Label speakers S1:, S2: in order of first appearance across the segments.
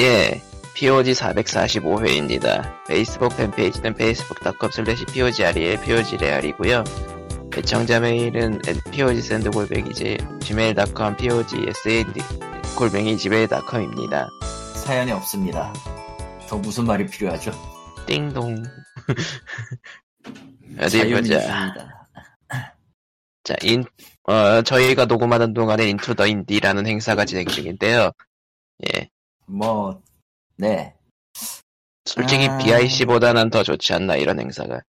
S1: 예, POG 445회입니다. 페이스북 팬페이지는 facebook.com slash POGREL, POGREAL이고요. 애청자 메일은 POG샌드골뱅이지, gmail.com, POGSAND골뱅이 gmail.com입니다.
S2: 사연이 없습니다. 더 무슨 말이 필요하죠?
S1: 띵동.
S2: 아,
S1: 어디 보자.
S2: 네, 자유민주주의다.
S1: 자, 인, 어, 저희가 녹음하는 동안에 인투 더 인디라는 행사가 진행 중인데요. 예,
S2: 뭐, 네.
S1: 솔직히
S2: 아.
S1: BIC보다는 더 좋지 않나, 이런 행사가.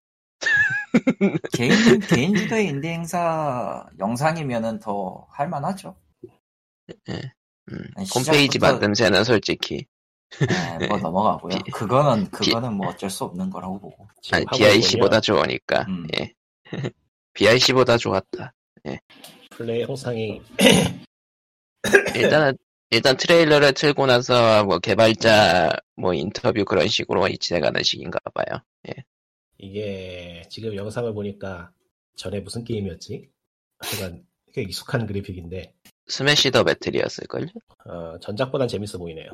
S2: 개인, 개인 주도의 인디 행사 영상이면은 더 할만하죠.
S1: 음,
S2: 아니,
S1: 홈페이지
S2: 시작부터-
S1: 만듦새는 솔직히.
S2: 네, 뭐 넘어가고요.
S1: 비-
S2: 그거는, 그거는 뭐 어쩔 수 없는 거라고 보고.
S1: 아니,
S3: 지금 하고 있군요.
S1: BIC보다 좋으니까.
S2: 음.
S1: 예. BIC보다 좋았다.
S3: 플레이 영상이
S1: 일단은, 일단 트레일러를 틀고 나서 뭐 개발자 뭐 인터뷰 그런 식으로 진행하는 식인가 봐요.
S3: 이게 지금 영상을 보니까 전에 무슨 게임이었지? 하여간 꽤 익숙한 그래픽인데
S1: 스매시 더 배틀이었을걸요?
S3: 어, 전작보단 재밌어 보이네요.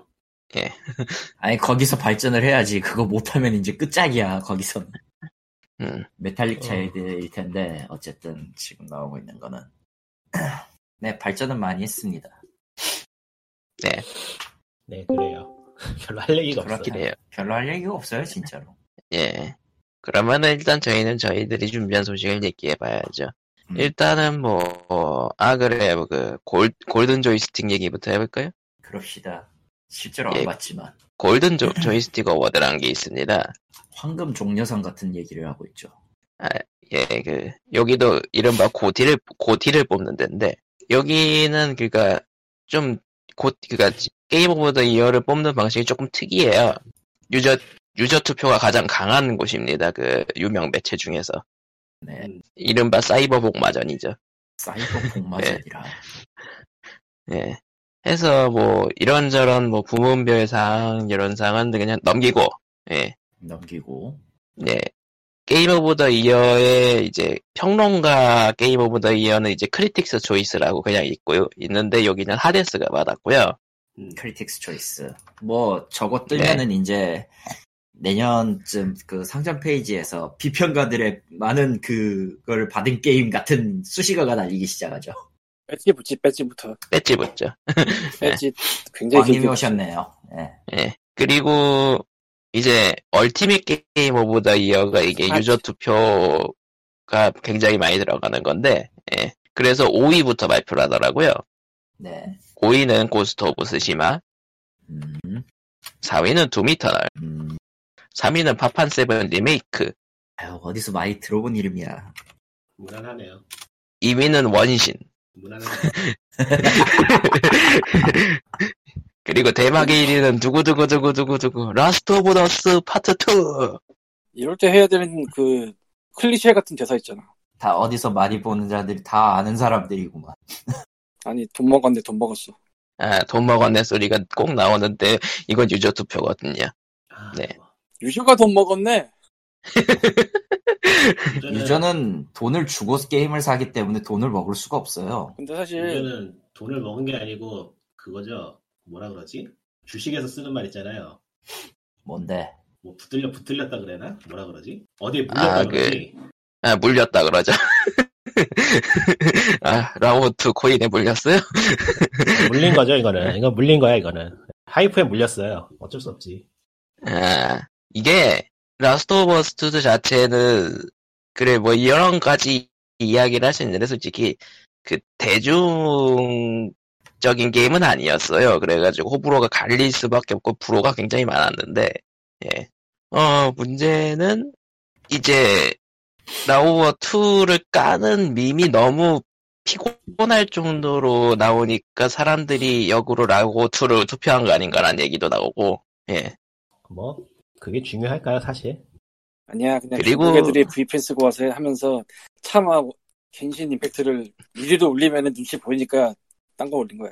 S2: 아니, 거기서 발전을 해야지. 그거 못하면 이제 끝짝이야, 거기선.
S1: 음.
S2: 메탈릭 차이드일 텐데, 어쨌든 지금 나오고 있는 거는. 네, 발전은 많이 했습니다.
S3: 네 그래요. 별로 할 얘기가 없어요.
S2: 그렇긴
S1: 해요.
S2: 별로 할 얘기가 없어요, 진짜로.
S1: 예. 그러면은 일단 저희는 저희들이 준비한 소식을 얘기해 봐야죠.
S2: 음.
S1: 일단은 뭐, 아, 그래, 뭐 그, 골, 골든 조이스틱 얘기부터 해볼까요?
S2: 그럽시다. 실제로
S1: 예.
S2: 안 봤지만
S1: 골든 조, 조이스틱 어워드라는 게 있습니다.
S2: 황금 종려상 같은 얘기를 하고 있죠.
S1: 예, 그, 여기도 이른바 고티를, 고티를 뽑는 데인데, 여기는 그니까, 좀, 고, 그니까, 게임 오브 더 이어를 뽑는 방식이 조금 특이해요. 유저, 유저 투표가 가장 강한 곳입니다. 그, 유명 매체 중에서.
S2: 네,
S3: 음.
S1: 이른바 사이버 복마전이죠.
S2: 사이버 복마전이라.
S1: 예. 해서 뭐, 이런저런 뭐, 부문별 사항, 이런 사항은 그냥 넘기고, 예.
S2: 넘기고
S1: 네. 게임 오브 더 이어의 이제 평론가 게임 오브 더 이어는 이제 크리틱스 조이스라고 그냥 있고요. 있는데 여기는 하데스가 받았고요.
S2: 크리틱스 초이스. 뭐 저거 뜨면은 이제 내년쯤 그 상점 페이지에서 비평가들의 많은 그걸 받은 게임 같은 수식어가 날리기 시작하죠.
S4: 배지 붙지 배지부터
S1: 배지 붙죠.
S4: 배지 굉장히
S2: 왕님이
S4: 길게
S2: 오셨네요. 예.
S1: 예. 그리고 이제 얼티밋 게임 오브 더 이어가 이게
S4: 아.
S1: 유저 투표가 굉장히 많이 들어가는 건데 예. 그래서 5위부터 발표를 하더라고요.
S2: 네.
S1: 5위는 고스트 오브 스시마,
S2: 음,
S1: 4위는 두미터널,
S2: 음.
S1: 3위는 파판 세븐 리메이크,
S2: 아유, 어디서 많이 들어본 이름이야.
S3: 무난하네요.
S1: 2위는 원신,
S3: 무난하네요.
S1: 그리고 대망의 1위는 두구두구두구두구두구 라스트 오브 더스 파트 2
S4: 이럴 때 해야 되는 그 클리셰 같은 대사 있잖아
S2: 다 어디서 많이 보는 자들이 다 아는 사람들이구만.
S4: 아니 돈 먹었네 돈 먹었어
S1: 아, 돈 먹었네 소리가 꼭 나오는데 이건 유저 투표거든요
S3: 아,
S1: 네.
S4: 유저가 돈 먹었네
S3: 유저는,
S2: 유저는 돈을 주고 게임을 사기 때문에 돈을 먹을 수가 없어요.
S4: 근데 사실
S3: 유저는 돈을 먹은 게 아니고 그거죠. 뭐라 그러지? 주식에서 쓰는 말 있잖아요.
S2: 뭔데?
S3: 뭐 붙들려 붙들렸다 그래나? 뭐라 그러지? 어디에 물렸다
S1: 아,
S3: 그러지?
S1: 아 물렸다 그러죠 아 라오트 코인에 물렸어요? 그-
S3: 물린 거죠 이거는. 이거 물린 거야 이거는. 하이프에 물렸어요. 어쩔 수 없지.
S1: 아 이게 라스트 오브 더스 2 자체는 그래 뭐 여러 가지 이야기를 할 수 있는데 솔직히 그 대중적인 게임은 아니었어요. 그래가지고 호불호가 갈릴 수밖에 없고 불호가 굉장히 많았는데 예. 어 문제는 이제 라오버 2를 까는 밈이 너무 피곤할 정도로 나오니까 사람들이 역으로 라오버 2를 투표한 거 아닌가라는 얘기도 나오고 예
S3: 뭐 그게 중요할까요 사실?
S4: 아니야 그냥
S1: 그리고-
S4: 중국 애들이 브이펜 쓰고 와서 하면서 차마 갱신 임팩트를 1위로 올리면 눈치 보이니까 딴 거 올린 거야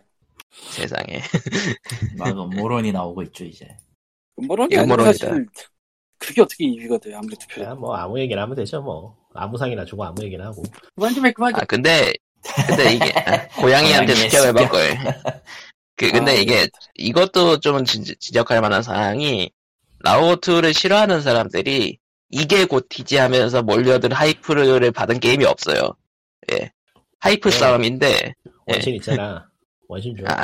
S1: 세상에
S2: 막 음모론이 나오고 있죠 이제.
S4: 음모론이 아니고
S1: 음모론이다.
S4: 사실 그게 어떻게 2위가 돼 아무리 투표해
S3: 그냥 뭐 아무 얘기나 하면 되죠 뭐. 아무 상이나 주고 아무 얘기나 하고.
S4: 그만 좀해 그만 좀
S1: 아 근데 근데 이게 아, 고양이한테
S2: 고양이의
S1: 시켜해볼 걸. 그, 근데
S4: 아,
S1: 이게 이것도 좀 지, 지적할 만한 사항이 라오트를 싫어하는 사람들이 이게 곧티지 하면서 몰려든 하이프를 받은 게임이 없어요. 예. 하이프
S3: 네.
S1: 싸움인데,
S2: 예.
S3: 원신 있잖아. 원신 좀.
S1: 아.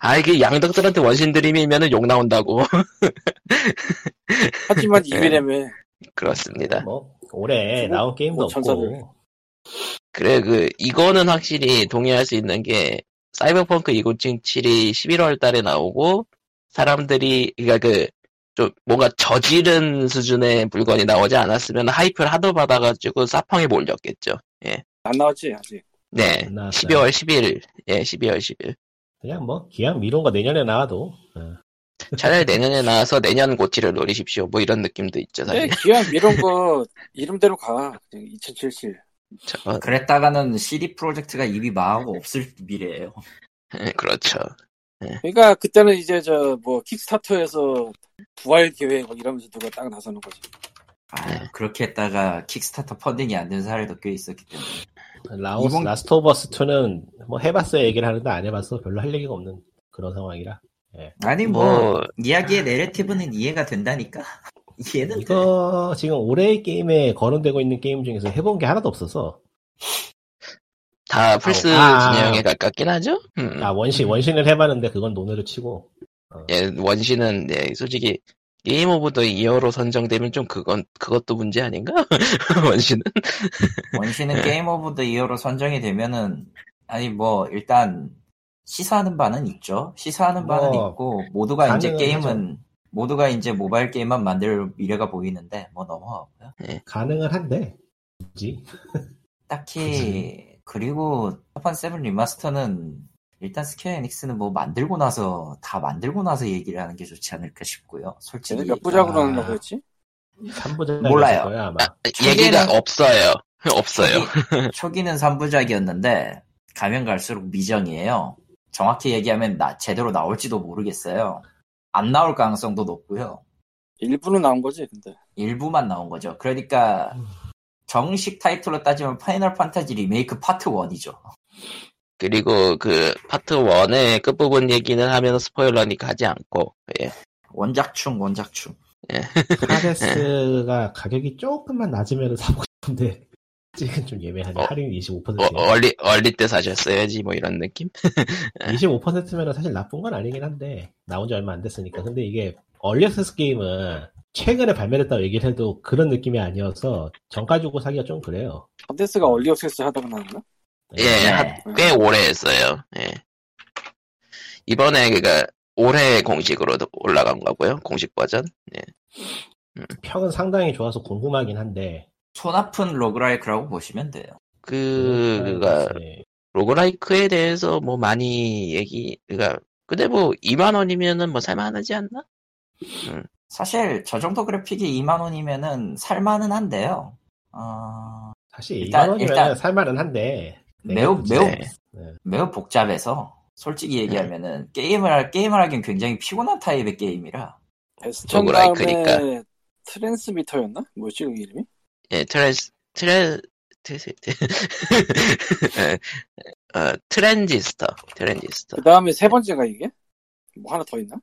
S1: 아, 이게 양덕들한테 원신 드림이면은 욕 나온다고.
S4: 하지만 2위라며
S1: 그렇습니다.
S3: 뭐 올해
S4: 그거-
S3: 나온 게임도
S4: 그거 전설을.
S3: 없고.
S1: 그래, 그, 이거는 확실히 동의할 수 있는 게, 사이버펑크 2077이 11월 달에 나오고, 사람들이, 그니까 그, 좀, 뭔가 저지른 수준의 물건이 나오지 않았으면 하이프를 하도 받아가지고 사펑에 몰렸겠죠.
S4: 안 나왔지 아직.
S1: 네.
S3: 안 나왔어요.
S1: 12월 10일. 예, 12월 10일.
S3: 그냥 뭐 기왕 미룬 거 내년에 나와도. 어.
S1: 차라리 내년에 나와서 내년 고치를 노리십시오. 뭐 이런 느낌도 있죠,
S4: 네,
S1: 사실.
S4: 기왕 이런 거 이름대로 가. 2077.
S1: 저,
S2: 그랬다가는 CD 프로젝트가 입이 망하고 없을 미래예요.
S1: 예, 그렇죠.
S4: 그러니까 그때는 이제 저 뭐 킥스타터에서 부활 계획 막 이러면서 누가 딱 나서는 거지.
S3: 네.
S2: 아, 그렇게 했다가 킥스타터 펀딩이 안 된 사례도 꽤 있었기 때문에
S3: 라오스
S2: 이번-
S3: 라스트 오브 어스 2는 뭐 해봤어야 얘기를 하는데 안 해봤어 별로 할 얘기가 없는 그런 상황이라.
S2: 아니 뭐,
S1: 뭐,
S2: 이야기의 내레티브는 이해가 된다니까 이해는 돼.
S3: 이거 지금 올해의 게임에 거론되고 있는 게임 중에서 해본 게 하나도 없어서.
S1: 다 플스
S3: 아.
S1: 진영에 가깝긴 하죠? 음.
S3: 아 원신 원신을 해봤는데 그건 논외로 치고.
S1: 예, 원신은 예, 솔직히 게임 오브 더 이어로 선정되면 좀 그건 그것도 문제 아닌가? 원신은
S3: 네.
S2: 원신은 게임 오브 더 이어로 선정이 되면은 아니 뭐 일단 시사하는 바는 있죠. 시사하는 바는
S3: 뭐,
S2: 있고 모두가 이제
S3: 가능은
S2: 게임은 모두가 이제 모바일 게임만 만들 미래가 보이는데 뭐 넘어가고요.
S3: 가능은 한데. 굳이.
S2: 딱히 그리고 첫판 세븐 리마스터는 일단 스퀘어 에닉스는 뭐 만들고 나서 다 만들고 나서 얘기를 하는 게 좋지 않을까 싶고요. 솔직히
S4: 쟤는 몇 부작으로
S3: 아.
S4: 하려고 했지?
S3: 3부작
S2: 몰라요.
S3: 거야 아마.
S2: 초기에는-
S1: 얘기가 없어요. 없어요.
S2: 초기, 는 3부작이었는데 가면 갈수록 미정이에요. 정확히 얘기하면 나 제대로 나올지도 모르겠어요. 안 나올 가능성도 높고요.
S4: 일부는 나온 거지 근데.
S2: 일부만 나온 거죠. 그러니까 정식 타이틀로 따지면 파이널 판타지 리메이크 파트 1이죠.
S1: 그리고 그 파트 1의 끝부분 얘기는 하면 스포일러니까 하지 않고 예.
S2: 원작충 원작충.
S3: 하데스가 가격이 조금만 낮으면 사고 싶은데 지금 좀 예매하네.
S1: 어.
S3: 할인 25%.
S1: 어, 얼리 얼리 때 사셨어야지 뭐 이런 느낌?
S3: 25%면 사실 나쁜 건 아니긴 한데 나온 지 얼마 안 됐으니까. 근데 이게 얼리액세스 게임은 최근에 발매됐다고 얘기를 해도 그런 느낌이 아니어서 정가 주고 사기가 좀 그래요.
S4: 컨텐츠가 얼리 액세스 하다가 나왔나?
S1: 예,
S2: 네.
S1: 한- 꽤 오래 했어요. 예. 이번에 그니까 올해 공식으로 올라간 거고요. 공식 버전.
S3: 네, 평은 상당히 좋아서 궁금하긴 한데
S2: 손 아픈 로그라이크라고 보시면 돼요.
S1: 그 그가
S3: 예.
S1: 로그라이크에 대해서 뭐 많이 얘기, 그니까, 근데 뭐 2만 원이면은 뭐 살만하지 않나?
S2: 사실 저 정도 그래픽이 2만 원이면은 살만은 한데요. 어,
S3: 사실
S2: 일단-
S3: 2만 원이면
S2: 일단-
S3: 살만은 한데 네,
S2: 매우
S3: 그치.
S2: 매우
S1: 네.
S2: 매우 복잡해서
S3: 네.
S2: 솔직히 얘기하면은 게임을 할 게임을 하긴 굉장히 피곤한 타입의 게임이라
S4: 베스턴 다음에
S1: 로그라이크니까.
S4: 트랜스미터였나? 뭐였지 그 이름이?
S1: 예, 트랜스, 트랜, 트레, 예, 어, 트랜지스터, 트랜지스터.
S4: 그 다음에 세 번째가 이게? 뭐 하나 더 있나?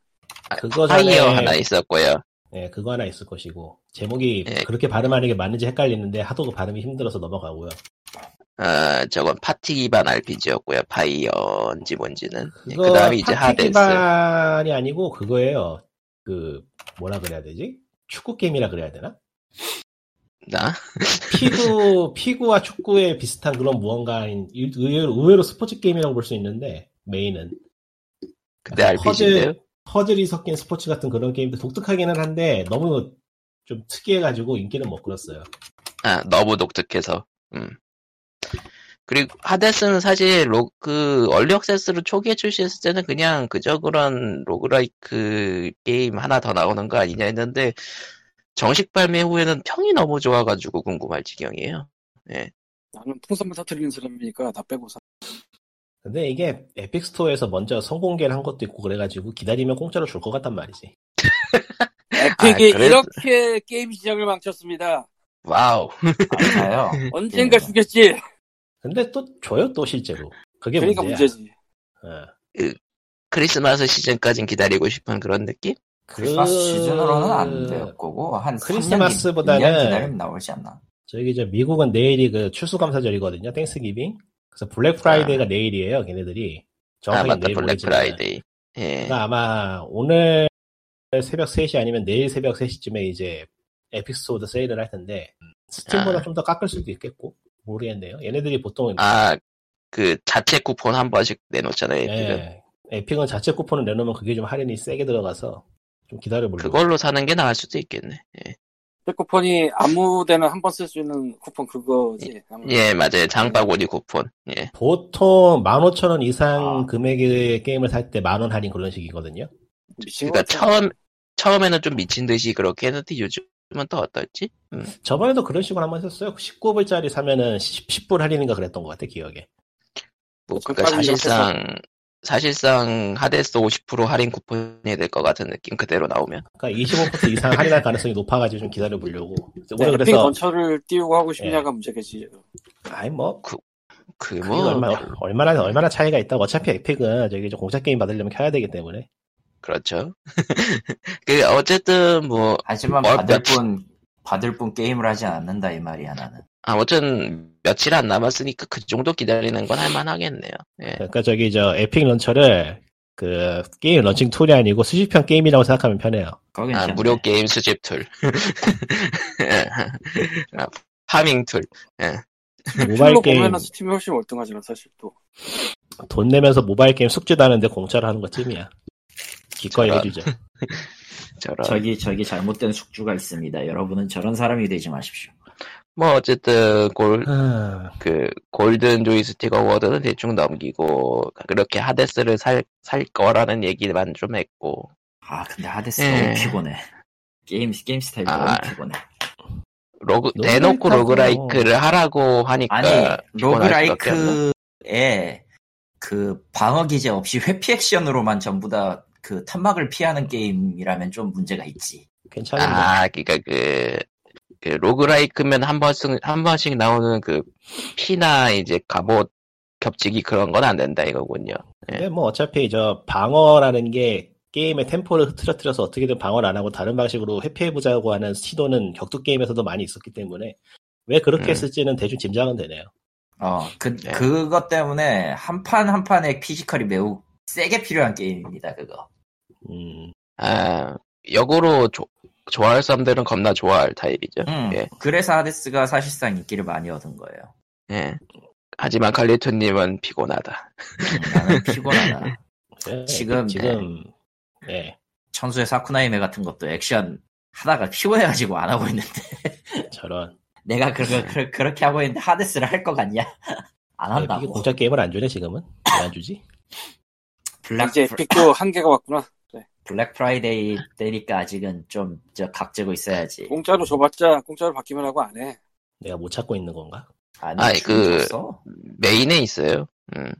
S3: 그거 전에
S1: 파이어 하나 있었고요.
S3: 예, 그거 하나 있을 것이고 제목이
S1: 예.
S3: 그렇게 발음하는 게 맞는지 헷갈리는데 하도 그 발음이 힘들어서 넘어가고요.
S1: 어, 저건 파티 기반 RPG였고요. 파이어인지 뭔지는. 예,
S3: 그거
S1: 그 다음에 이제
S3: 파티
S1: 하데스.
S3: 기반이 아니고 그거예요. 그 뭐라 그래야 되지? 축구 게임이라 그래야 되나?
S1: 나?
S3: 피구 피구와 축구에 비슷한 그런 무언가인 의- 의외로, 의외로 스포츠 게임이라고 볼 수 있는데 메인은
S1: 근데
S3: 약간
S1: RPG인데요?
S3: 퍼즐이 섞인 스포츠 같은 그런 게임도 독특하기는 한데 너무 좀 특이해가지고 인기는 못 끌었어요.
S1: 아, 너무 독특해서. 음. 그리고 하데스는 사실 로, 그 얼리 액세스로 초기에 출시했을 때는 그냥 그저 그런 로그라이크 게임 하나 더 나오는 거 아니냐 했는데 정식 발매 후에는 평이 너무 좋아가지고 궁금할 지경이에요.
S4: 나는 풍선만 터뜨리는 사람이니까 나 빼고서.
S3: 근데 이게 에픽 스토어에서 먼저 성공개를 한 것도 있고 그래가지고 기다리면 공짜로 줄 것 같단 말이지.
S4: 에픽이
S1: 아, 그래도-
S4: 이렇게 게임 시장을 망쳤습니다.
S1: 와우.
S2: 맞아요.
S1: 음,
S4: 언젠가
S2: 네.
S4: 죽겠지.
S3: 근데 또 줘요 또 실제로. 그게
S4: 그러니까
S3: 문제야.
S4: 문제지.
S3: 어.
S1: 그, 크리스마스 시즌까진 기다리고 싶은 그런 느낌?
S2: 크리스마스
S3: 그-
S2: 시즌으로는 안 될 거고 한
S3: 크리스마스보다는-
S2: 3년 기다리면 나오지 않나.
S3: 저기 저 미국은 내일이 그 추수감사절이거든요. 땡스기빙. 그래서 블랙
S4: 아.
S3: 프라이데이가 내일이에요. 걔네들이.
S1: 아
S3: 정확하게
S1: 맞다
S3: 내일
S1: 블랙
S3: 모르지만.
S1: 프라이데이. 예.
S3: 그러니까 아마 오늘 새벽 3시 아니면 내일 새벽 3시쯤에 이제 에픽 스토어도 세일을 할 텐데 스팀보다
S1: 아.
S3: 좀 더 깎을 수도 있겠고 모르겠네요. 얘네들이 보통
S1: 아, 아그 자체 쿠폰 한 번씩 내놓잖아요. 지금
S3: 예, 에픽은 자체 쿠폰을 내놓으면 그게 좀 할인이 세게 들어가서 좀 기다려보려고.
S1: 그걸로 사는 게 나을 수도 있겠네. 예,
S4: 그 쿠폰이 아무 데나 한 번 쓸 수 있는 쿠폰 그거지. 아마.
S1: 예, 맞아요. 장바구니 쿠폰. 예.
S3: 보통 15,000원 이상
S2: 아.
S3: 금액의 게임을 살 때 만 원 할인 그런 식이거든요.
S4: 미친
S1: 그러니까
S4: 것 같아.
S1: 처음 처음에는 좀 미친 듯이 그렇게 했는데 요즘은 또 어떨지? 음.
S3: 저번에도 그런 식으로 한번 했었어요. 19불짜리 사면은 10, 불 할인인가 그랬던 것 같아, 기억에.
S1: 뭐,
S4: 그
S1: 그러니까
S4: 빨리
S1: 사실상 사실상 하데스 50% 할인 쿠폰이 될 것 같은 느낌 그대로 나오면
S3: 그러니까 25% 이상 할인할 가능성이 높아가지고 좀 기다려보려고. 그래서
S4: 네,
S3: 오늘
S4: 핑
S3: 그래서,
S4: 건처를 띄우고 하고
S1: 예.
S4: 싶냐가 문제겠지.
S3: 아이 뭐, 그게
S1: 그뭐
S3: 얼마, 얼마나, 얼마나 차이가 있다고. 어차피 에픽은 저기 좀 공짜 게임 받으려면 켜야 되기 때문에.
S1: 그렇죠. 그 어쨌든 뭐
S2: 하지만
S1: 어,
S2: 받을
S1: 며칠-
S2: 뿐 받을 뿐 게임을 하지 않는다 이 말이야 나는.
S1: 아무튼 며칠 안 남았으니까 그 정도 기다리는 건 할만하겠네요. 예.
S3: 그러니까 저기 저 에픽 런처를 그 게임 런칭 툴이 아니고 수집형 게임이라고 생각하면 편해요.
S2: 거긴
S1: 아,
S2: 괜찮네.
S1: 무료 게임 수집 툴. 아, 파밍 툴.
S3: 모바일
S4: 풀로
S3: 게임
S4: 보면은 스팀이 훨씬 월등하지만 사실 또.
S3: 돈 내면서 모바일 게임 숙제도 하는데 공짜로 하는 것 찜이야. 기꺼이
S2: 아.
S1: 저런.
S3: 해주죠.
S1: 저런.
S2: 저기 저기 잘못된 숙주가 있습니다. 여러분은 저런 사람이 되지 마십시오.
S1: 뭐 어쨌든 골,
S3: 아,
S1: 그 골든 조이스틱 어워드는 대충 넘기고 그렇게 하데스를 살, 살 거라는 얘기만 좀 했고
S2: 아 근데 하데스
S3: 네.
S1: 예.
S2: 너무 피곤해. 게임 게임 스타일이
S1: 아.
S2: 너무 피곤해.
S1: 로그
S3: 너무
S1: 대놓고
S3: 일하죠.
S1: 로그라이크를 하라고 하니까
S2: 아니
S1: 피곤할 수밖에 없는.
S2: 로그라이크에 그 방어 기제 없이 회피 액션으로만 전부 다 그 탄막을 피하는 게임이라면 좀 문제가 있지.
S3: 괜찮은데.
S1: 아 그러니까 그, 그 로그라이크면 한 번씩 한 번씩 나오는 그 피나 이제 갑옷 겹치기 그런 건 안 된다 이거군요.
S3: 근데 뭐 어차피 저 방어라는 게 게임의 템포를 흐트러뜨려서 어떻게든 방어를 안 하고 다른 방식으로 회피해보자고 하는 시도는 격투 게임에서도 많이 있었기 때문에 왜 그렇게
S1: 음.
S3: 했을지는 대충 짐작은 되네요.
S2: 어, 그,
S1: 네.
S2: 그것 때문에 한 판 한 판의 피지컬이 매우 세게 필요한 게임입니다, 그거.
S3: 음,
S1: 아 역으로 조- 좋아할 사람들은 겁나 좋아할 타입이죠.
S2: 음,
S1: 예.
S2: 그래서 하데스가 사실상 인기를 많이 얻은 거예요.
S1: 예. 하지만 칼리토님은 피곤하다.
S2: 음, 나는 피곤하다.
S3: 네,
S2: 지금,
S3: 지금 네.
S2: 천수의 사쿠나이메 같은 것도 액션 하다가 피곤해가지고 안 하고 있는데.
S3: 네, 저런
S2: 내가 그, 그, 그렇게 하고 있는데 하데스를 할 거 같냐? 안
S3: 네, 에픽이
S2: 한다고.
S3: 공짜 게임을 안 주네 지금은 왜 안 주지?
S2: 블랙,
S4: 이제 픽도 한계가 왔구나.
S2: 블랙 프라이데이 때니까 아직은 좀, 저, 각지고 있어야지.
S4: 공짜로 줘봤자 공짜로 받기만 하고 안 해.
S3: 내가 못 찾고 있는 건가?
S2: 아니,
S1: 아니, 그-
S2: 줬어.
S1: 메인에 있어요. 음.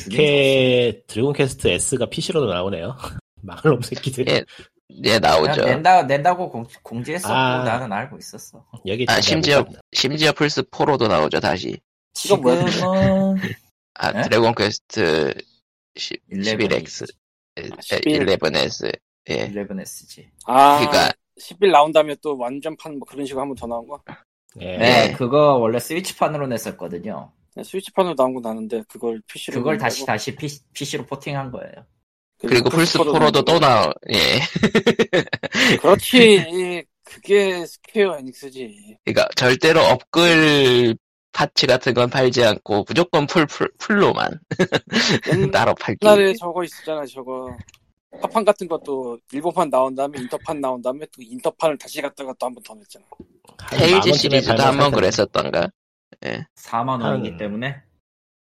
S3: 득해 드래곤 퀘스트 S가 PC로도 나오네요. 망할 놈 새끼들.
S1: 예. 예, 나오죠.
S2: 그냥 낸다, 낸다고 공, 공지했었고,
S3: 아.
S2: 나는 알고 있었어.
S3: 여기
S1: 아,
S3: 진짜
S1: 심지어,
S3: 못 찾나.
S1: 심지어 플스4로도 나오죠, 다시.
S4: 이건 뭐야?
S2: 지금은
S1: 아,
S2: 네?
S1: 드래곤 퀘스트 10, 11X, 아,
S4: 11.
S1: 11S. 예.
S2: 11S지.
S4: 아,
S1: 그러니까-
S4: 10일 나온 다음에 또 완전판 뭐 그런 식으로 한 번 더 나온 거?
S3: 예.
S2: 네,
S1: 네.
S2: 그거 원래 스위치판으로 냈었거든요.
S4: 네, 스위치판으로 나온 건 아는데 그걸 PC로
S2: 그걸 다시 다시 PC, 로 포팅한 거예요.
S1: 그리고 플스4로도 또 나오, 예.
S4: 그렇지. 그게 스퀘어 에닉스지.
S1: 그러니까 절대로 업글 파츠 같은 건 팔지 않고 무조건 풀, 풀, 풀로만 따로 팔기.
S4: 옛날에 저거 있었잖아, 저거. 파판 같은 것도 일본판 나온 다음에 인터판 나온 다음에 또 인터판을 다시 갖다가 또 한 번 더 냈잖아.
S3: 한
S1: 헤이즈
S3: 만원쯤에
S1: 시리즈도
S3: 발매할
S1: 한 번
S3: 텐데.
S1: 그랬었던가.
S2: 4만 원이기
S3: 음.
S2: 때문에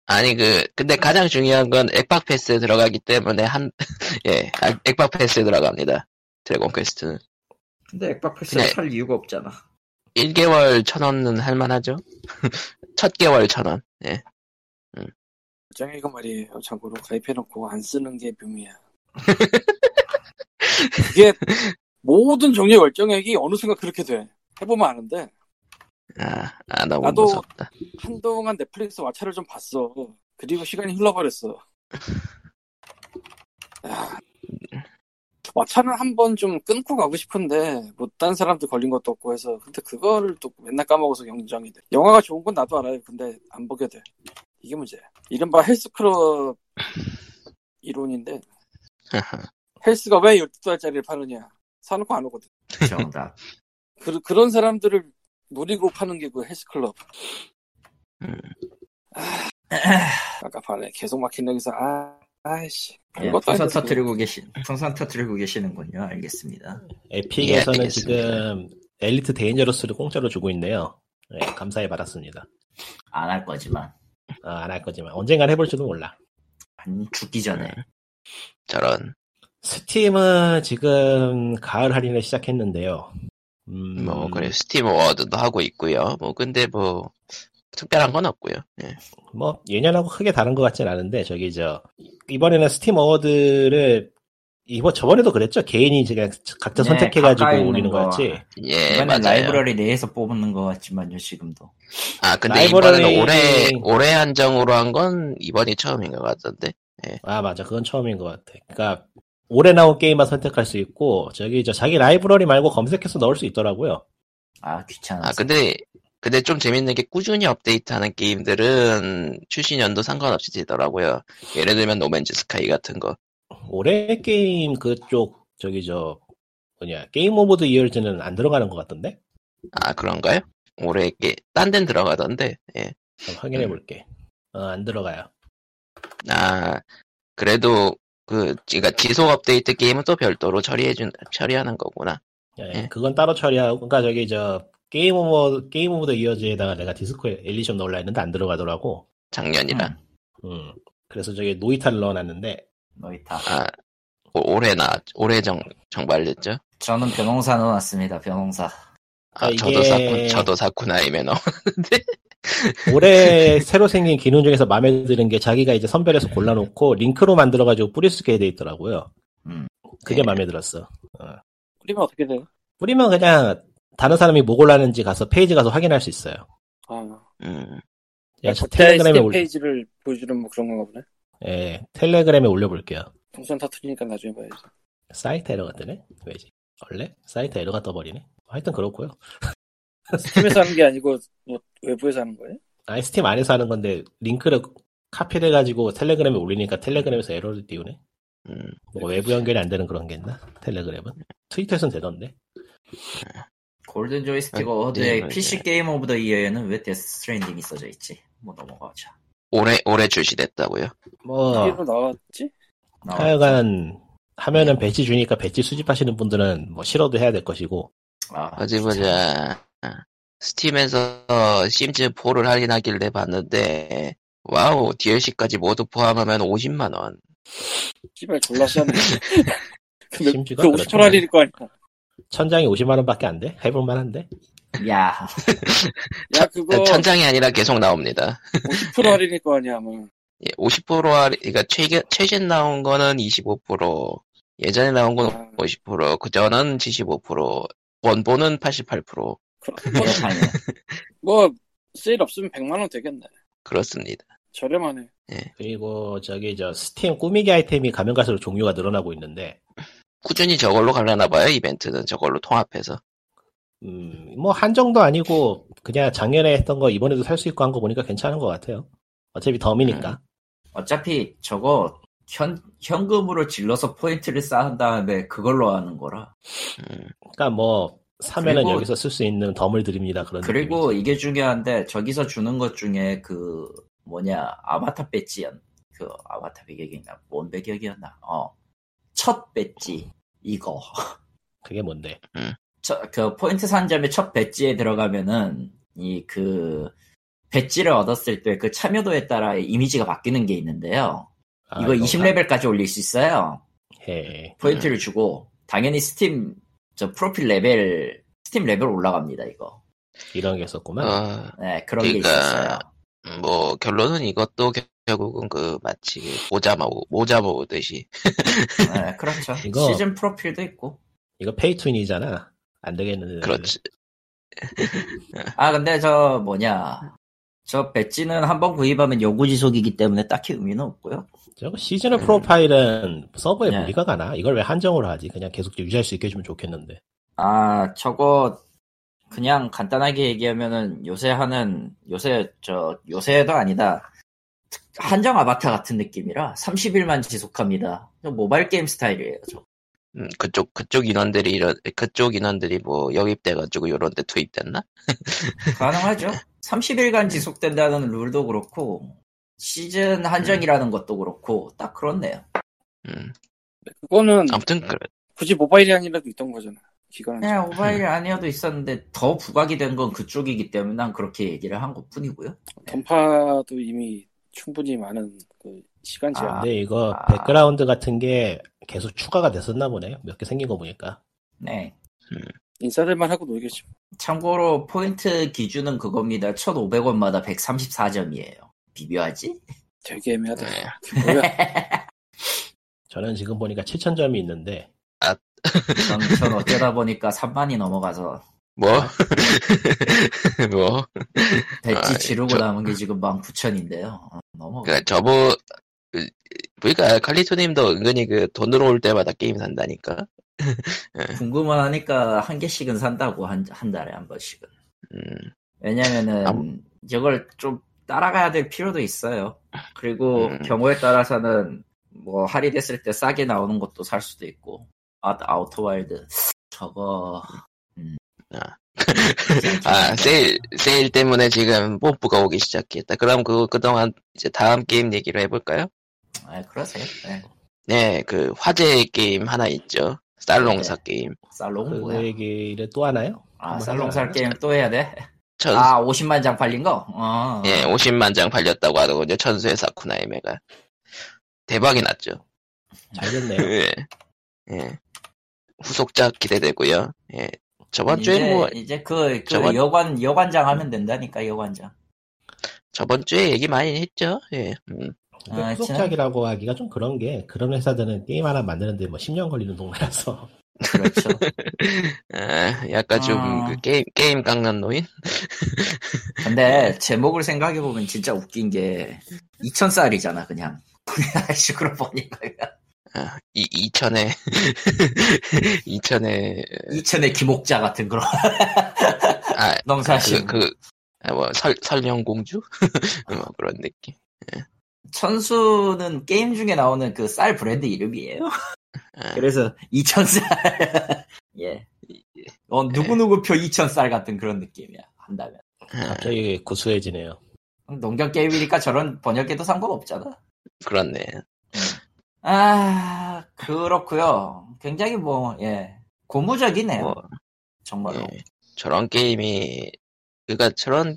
S1: 아니 그 근데 가장 중요한 건 액박 패스에 들어가기 때문에 한 예, 아, 액박 패스에 들어갑니다. 드래곤 퀘스트는
S2: 근데 액박 패스를
S1: 네.
S2: 살 이유가 없잖아.
S1: 1개월 1,000원은 할 만하죠. 첫 개월 1,000원. 예.
S4: 짱이가 말이에요. 참고로 가입해놓고 안 쓰는 게 묘미야. 그게 모든 종류의 월정액이 어느 순간 그렇게 돼. 해보면 아는데
S1: 아, 아 너무
S4: 나도-
S1: 무섭다.
S4: 한동안 넷플릭스 왓챠를 좀 봤어. 그리고 시간이 흘러버렸어. 와차는 한번 좀 끊고 가고 싶은데 뭐 딴 사람들 걸린 것도 없고 해서 근데 그거를 또 맨날 까먹어서 경정이 돼 영화가 좋은 건 나도 알아요 근데 안 보게 돼 이게 문제야 이른바 헬스클럽 이론인데 헬스가 왜 12달짜리를 파느냐 사놓고 안 오거든
S2: 정답.
S4: 그, 그런 사람들을 노리고 파는 게 그 헬스클럽
S1: 음.
S4: 아까 반에 계속 막힌 여기서 아, 아이씨
S2: 예,
S4: 그것도
S2: 풍선
S4: 아니고
S2: 터트리고 계신 풍선 터트리고 계시는군요. 알겠습니다.
S3: 에픽에서는
S1: 예,
S3: 지금 엘리트 데인저러스를 공짜로 주고 있네요. 네, 감사히 받았습니다. 아,
S2: 안 할 거지만
S3: 안 할 거지만 언젠간 해볼지도 몰라.
S2: 안 죽기 전에
S1: 저런
S3: 스팀은 지금 가을 할인을 시작했는데요. 음,
S1: 뭐 그래 스팀 워드도 하고 있고요. 뭐 근데 뭐 특별한 건 없고요. 예.
S3: 뭐 예년하고 크게 다른 것 같진 않은데 저기 저 이번에는 스팀 어워드를 이번 저번에도 그랬죠 개인이 그냥 각자
S2: 네, 가까이
S3: 선택해가지고 올리는
S2: 있는 거.
S3: 거였지
S1: 예,
S2: 이번엔
S1: 맞아요.
S2: 라이브러리 내에서 뽑는 것 같지만요 지금도.
S1: 아, 근데
S3: 라이브러리-
S1: 이번에는 올해,
S2: 음.
S1: 올해 한정으로 한 건 이번이 처음인 것 같던데.
S3: 아 맞아 그건 처음인 것 같아 그러니까 올해 나온 게임만 선택할 수 있고 저기 저 자기 라이브러리 말고 검색해서 넣을 수 있더라고요
S2: 아 귀찮아.
S1: 아, 근데, 근데 좀 재밌는 게 꾸준히 업데이트하는 게임들은 출시년도 상관없이 되더라고요. 예를 들면 노맨즈 스카이 같은 거.
S3: 올해 게임 그쪽 저기 저 뭐냐 게임 오브 드 이어즈는 안 들어가는 것 같던데
S1: 아, 그런가요? 올해 게, 딴 데는 들어가던데. 예.
S3: 한번 확인해 볼게 어, 안 들어가요
S1: 아, 그래도 그, 그러니까 지속 업데이트 게임은 또 별도로 처리해준, 처리하는 거구나.
S3: 예,
S1: 예.
S3: 그건 따로 처리하고, 그러니까 저기 저 게임 오버 게임 오브 더 이어즈에다가 내가 디스코에 엘리션 넣으려 했는데 안 들어가더라고.
S1: 작년이랑.
S3: 음. 그래서 저기 노이타를 넣어놨는데
S2: 노이타.
S1: 아, 오- 올해 나, 올해 정, 정발됐죠?
S2: 저는 변홍사 넣어놨습니다. 변홍사.
S1: 아,
S3: 아, 이게-
S1: 저도 사쿠, 저도 사쿠나이메너.
S3: 올해 새로 생긴 기능 중에서 마음에 드는 게 자기가 이제 선별해서 골라놓고 링크로 만들어가지고 뿌릴 수 있게 돼 있더라고요.
S2: 음.
S3: 그게
S1: 예.
S4: 네.
S3: 마음에 들었어.
S4: 뿌리면 어떻게 돼요?
S3: 뿌리면 그냥 다른 사람이 뭐 골랐는지 가서 페이지 가서 확인할 수 있어요.
S4: 아,
S1: 음,
S3: 야, 저
S4: 텔레그램
S3: 텔레그램에 올,
S4: 네, 페이지를 보여주는 뭐 그런 건가 보네
S3: 예, 텔레그램에 올려볼게요.
S4: 풍선 터트리니까 나중에 봐야지
S3: 사이트 에러가 뜨네? 왜지? 원래 사이트 에러가 떠버리네. 하여튼 그렇고요.
S4: 팀에서 하는 게 아니고 뭐 외부에서 하는 거예요?
S3: 아니 스팀 안에서 하는 건데 링크를 카피를 해가지고 텔레그램에 올리니까 텔레그램에서 에러를 띄우네
S1: 음.
S3: 뭐
S4: 네,
S3: 외부
S4: 그렇죠.
S3: 연결이 안 되는 그런 게 있나 텔레그램은 트위터에선 되던데
S2: 골든 조이스틱
S1: 아,
S2: 어워드의
S1: 네,
S2: PC 게임 오브 더 이어에는 왜 데스 스트랜딩이 써져 있지? 뭐 넘어가자.
S1: 올해, 올해 출시됐다고요?
S2: 어.
S3: 뭐
S4: 이로 나왔지?
S2: 나와.
S3: 하여간
S2: 아, 네.
S3: 하면은 배지 주니까 배지 수집하시는 분들은 뭐 싫어도 해야 될 것이고
S2: 아,
S1: 어디 보자. 아, 스팀에서 심즈4를 할인하길래 봤는데, 와우, DLC까지 모두 포함하면 50만원.
S4: 씨발 졸라 싸네 근데
S3: 심지가
S2: 어,
S4: 그
S3: 그렇죠.
S4: 50% 할인일 거 아니야
S3: 천장이 50만 원밖에 안 돼? 해볼만 한데
S2: 야,
S4: 야 그거
S1: 천장이 아니라 계속 나옵니다.
S4: 50% 할인일 거 아니야 아마
S1: 예, 50% 할인, 그러니까 최근, 최신 나온 거는 25%, 예전에 나온
S4: 아.
S1: 건 50%, 그전은 75%, 원본은 88%,
S4: 그럼
S2: 대판이야.
S4: 뭐 세일 없으면 100만 원 되겠네
S1: 그렇습니다.
S4: 저렴하네
S3: 그리고 저기 저 스팀 꾸미기 아이템이 가면 갈수록 종류가 늘어나고 있는데
S1: 꾸준히 저걸로 가려나봐요, 이벤트는. 저걸로 통합해서.
S3: 음, 뭐 한정도 아니고 그냥 작년에 했던 거 이번에도 살 수 있고 한 거 보니까 괜찮은 것 같아요 어차피 덤이니까
S2: 음. 어차피 저거 현 현금으로 질러서 포인트를 쌓은 다음에 그걸로 하는 거라.
S1: 음,
S3: 그러니까 뭐 사면은
S2: 그리고-
S3: 여기서 쓸 수 있는 덤을 드립니다 그런
S2: 그리고
S3: 느낌이지.
S2: 이게 중요한데 저기서 주는 것 중에 그 뭐냐 아바타 배지였 그 아바타 배경이나 뭔 배경이었나 어. 어첫 배지 이거
S3: 그게 뭔데
S2: 저, 그 포인트 산점의 첫 배지에 들어가면은 이 그 배지를 얻었을 때 그 참여도에 따라 이미지가 바뀌는 게 있는데요
S3: 아,
S2: 이거
S3: 뭐
S2: 20레벨까지 올릴 수 있어요
S3: 다- 예.
S2: 포인트를 주고 당연히 스팀 저 프로필 레벨 스팀 레벨 올라갑니다 이거
S3: 이런 게 있었구만
S1: 어,
S2: 네 그런 게
S1: 그러니까
S2: 있었어요
S1: 뭐 결론은 이것도 겨- 결국은 그 마치 그 모자 모으 모자 모으듯이
S2: 네, 그렇죠.
S3: 이거-
S2: 시즌 프로필도 있고.
S3: 이거 페이투인이잖아 안 되겠는데
S1: 그렇지
S2: 아, 근데 저 뭐냐. 저 배지는 한번 구입하면 요구 지속이기 때문에 딱히 의미는 없고요.
S3: 저거 그 시즌의 프로파일은 서버에
S2: 네.
S3: 무리가 가나? 이걸 왜 한정으로 하지? 그냥 계속 유지할 수 있게 해주면 좋겠는데.
S2: 아, 저거 그냥 간단하게 얘기하면은 요새 하는 요새 저 요새도 아니다. 특- 한정 아바타 같은 느낌이라 30일만 지속합니다. 저 모바일 게임 스타일이에요. 저.
S1: 음, 그쪽 그쪽 인원들이 이런 그쪽 인원들이 뭐 영입돼가지고 요런 데 투입됐나?
S2: 가능하죠. 30일간 지속된다는 룰도 그렇고 시즌 한정이라는 것도 그렇고 딱 그렇네요.
S1: 음,
S4: 그거는
S1: 아무튼 그래.
S4: 굳이 모바일이랑이라도 있던 거잖아. 기간은.
S2: 그냥 모바일이 네,
S1: 네.
S2: 아니어도 있었는데 더 부각이 된 건 그쪽이기 때문에 난 그렇게 얘기를 한 것뿐이고요.
S4: 던파도 이미 충분히 많은 그 시간 제한.
S2: 아,
S3: 근데 이거
S2: 아.
S3: 백그라운드 같은 게 계속 추가가 됐었나 보네. 몇 개 생긴 거 보니까.
S2: 네.
S4: 인사들만 하고 놀겠지. 뭐.
S2: 참고로 포인트 기준은 그겁니다. 1,500원마다 134점이에요. 비벼하지?
S4: 되게 애매하다.
S1: 네.
S4: 뭐야?
S3: 저는 지금 보니까 7,000점이 있는데,
S2: 전, 전 어쩌다 보니까 3만이 넘어가서
S1: 뭐? 뭐?
S2: 배지
S1: 아,
S2: 지르고
S1: 저-
S2: 남은 게 지금 19,000인데요. 넘어.
S1: 그니까 저번 그러니까 칼리토님도 은근히 그 돈으로 올 때마다 게임 산다니까. 네.
S2: 궁금은 하니까 한 개씩은 산다고 한, 한 달에 한 번씩은.
S1: 음,
S2: 왜냐면은
S1: 아무- 뭐.
S2: 이걸 좀 따라가야 될 필요도 있어요. 그리고
S1: 음.
S2: 경우에 따라서는 뭐 할인됐을 때 싸게 나오는 것도 살 수도 있고. 아, 아우터 와일드 저거 음.
S1: 아. 아 세일 세일 때문에 지금 뽐뿌가 오기 시작했다. 그럼 그 그동안 이제 다음 게임 얘기로 해볼까요?
S2: 아, 그러세요. 네.
S1: 네, 그 화제 게임 하나 있죠.
S2: 네.
S1: 살롱사 게임.
S2: 살롱
S3: 그
S2: 어, 뭐야?
S3: 얘기를 또 하나요?
S2: 아,
S3: 한번
S2: 살롱
S3: 하자.
S2: 살 게임 또 해야 돼?
S1: 천,
S2: 아, 50만 장 팔린 거? 어.
S1: 어. 예, 50만 장 팔렸다고 하더군요. 천수의 사쿠나이메가 대박이 났죠.
S3: 잘
S2: 아,
S3: 됐네요.
S1: 예, 예. 후속작 기대되고요. 예, 저번
S2: 이제,
S1: 주에 뭐
S2: 이제 그, 그
S1: 저번-
S2: 여관, 여관장 하면 된다니까, 여관장.
S1: 저번 주에 얘기 많이 했죠. 예, 음,
S2: 아,
S3: 그 후속작이라고 그러니까 하기가 좀 그런 게, 그런 회사들은 게임 하나 만드는데 뭐 10년 걸리는 동네라서.
S2: 그렇죠.
S1: 아, 약간 좀
S2: 아.
S1: 그 게임 게임 깎는 노인.
S2: 근데 제목을 생각해보면 진짜 웃긴 게, 2000쌀이잖아, 그냥. 그런 식으로 보니까.
S1: 아, 이 이천에 이천에
S2: 2000의 기목자 같은 그런
S1: 아,
S2: 농사심.
S1: 그그뭐설 설령공주 뭐 그런 느낌.
S2: 천수는 게임 중에 나오는 그 쌀 브랜드 이름이에요.
S1: 아,
S2: 그래서 2000쌀. 예. 어, 누구누구 표 2000쌀 같은 그런 느낌이야. 한다면.
S1: 아,
S3: 갑자기 구수해지네요.
S2: 농경 게임이니까 저런 번역해도 상관없잖아.
S1: 그렇네.
S2: 아, 그렇고요 굉장히 뭐, 예. 고무적이네요.
S1: 뭐,
S2: 정말로.
S1: 예. 저런 게임이 그러니까 저런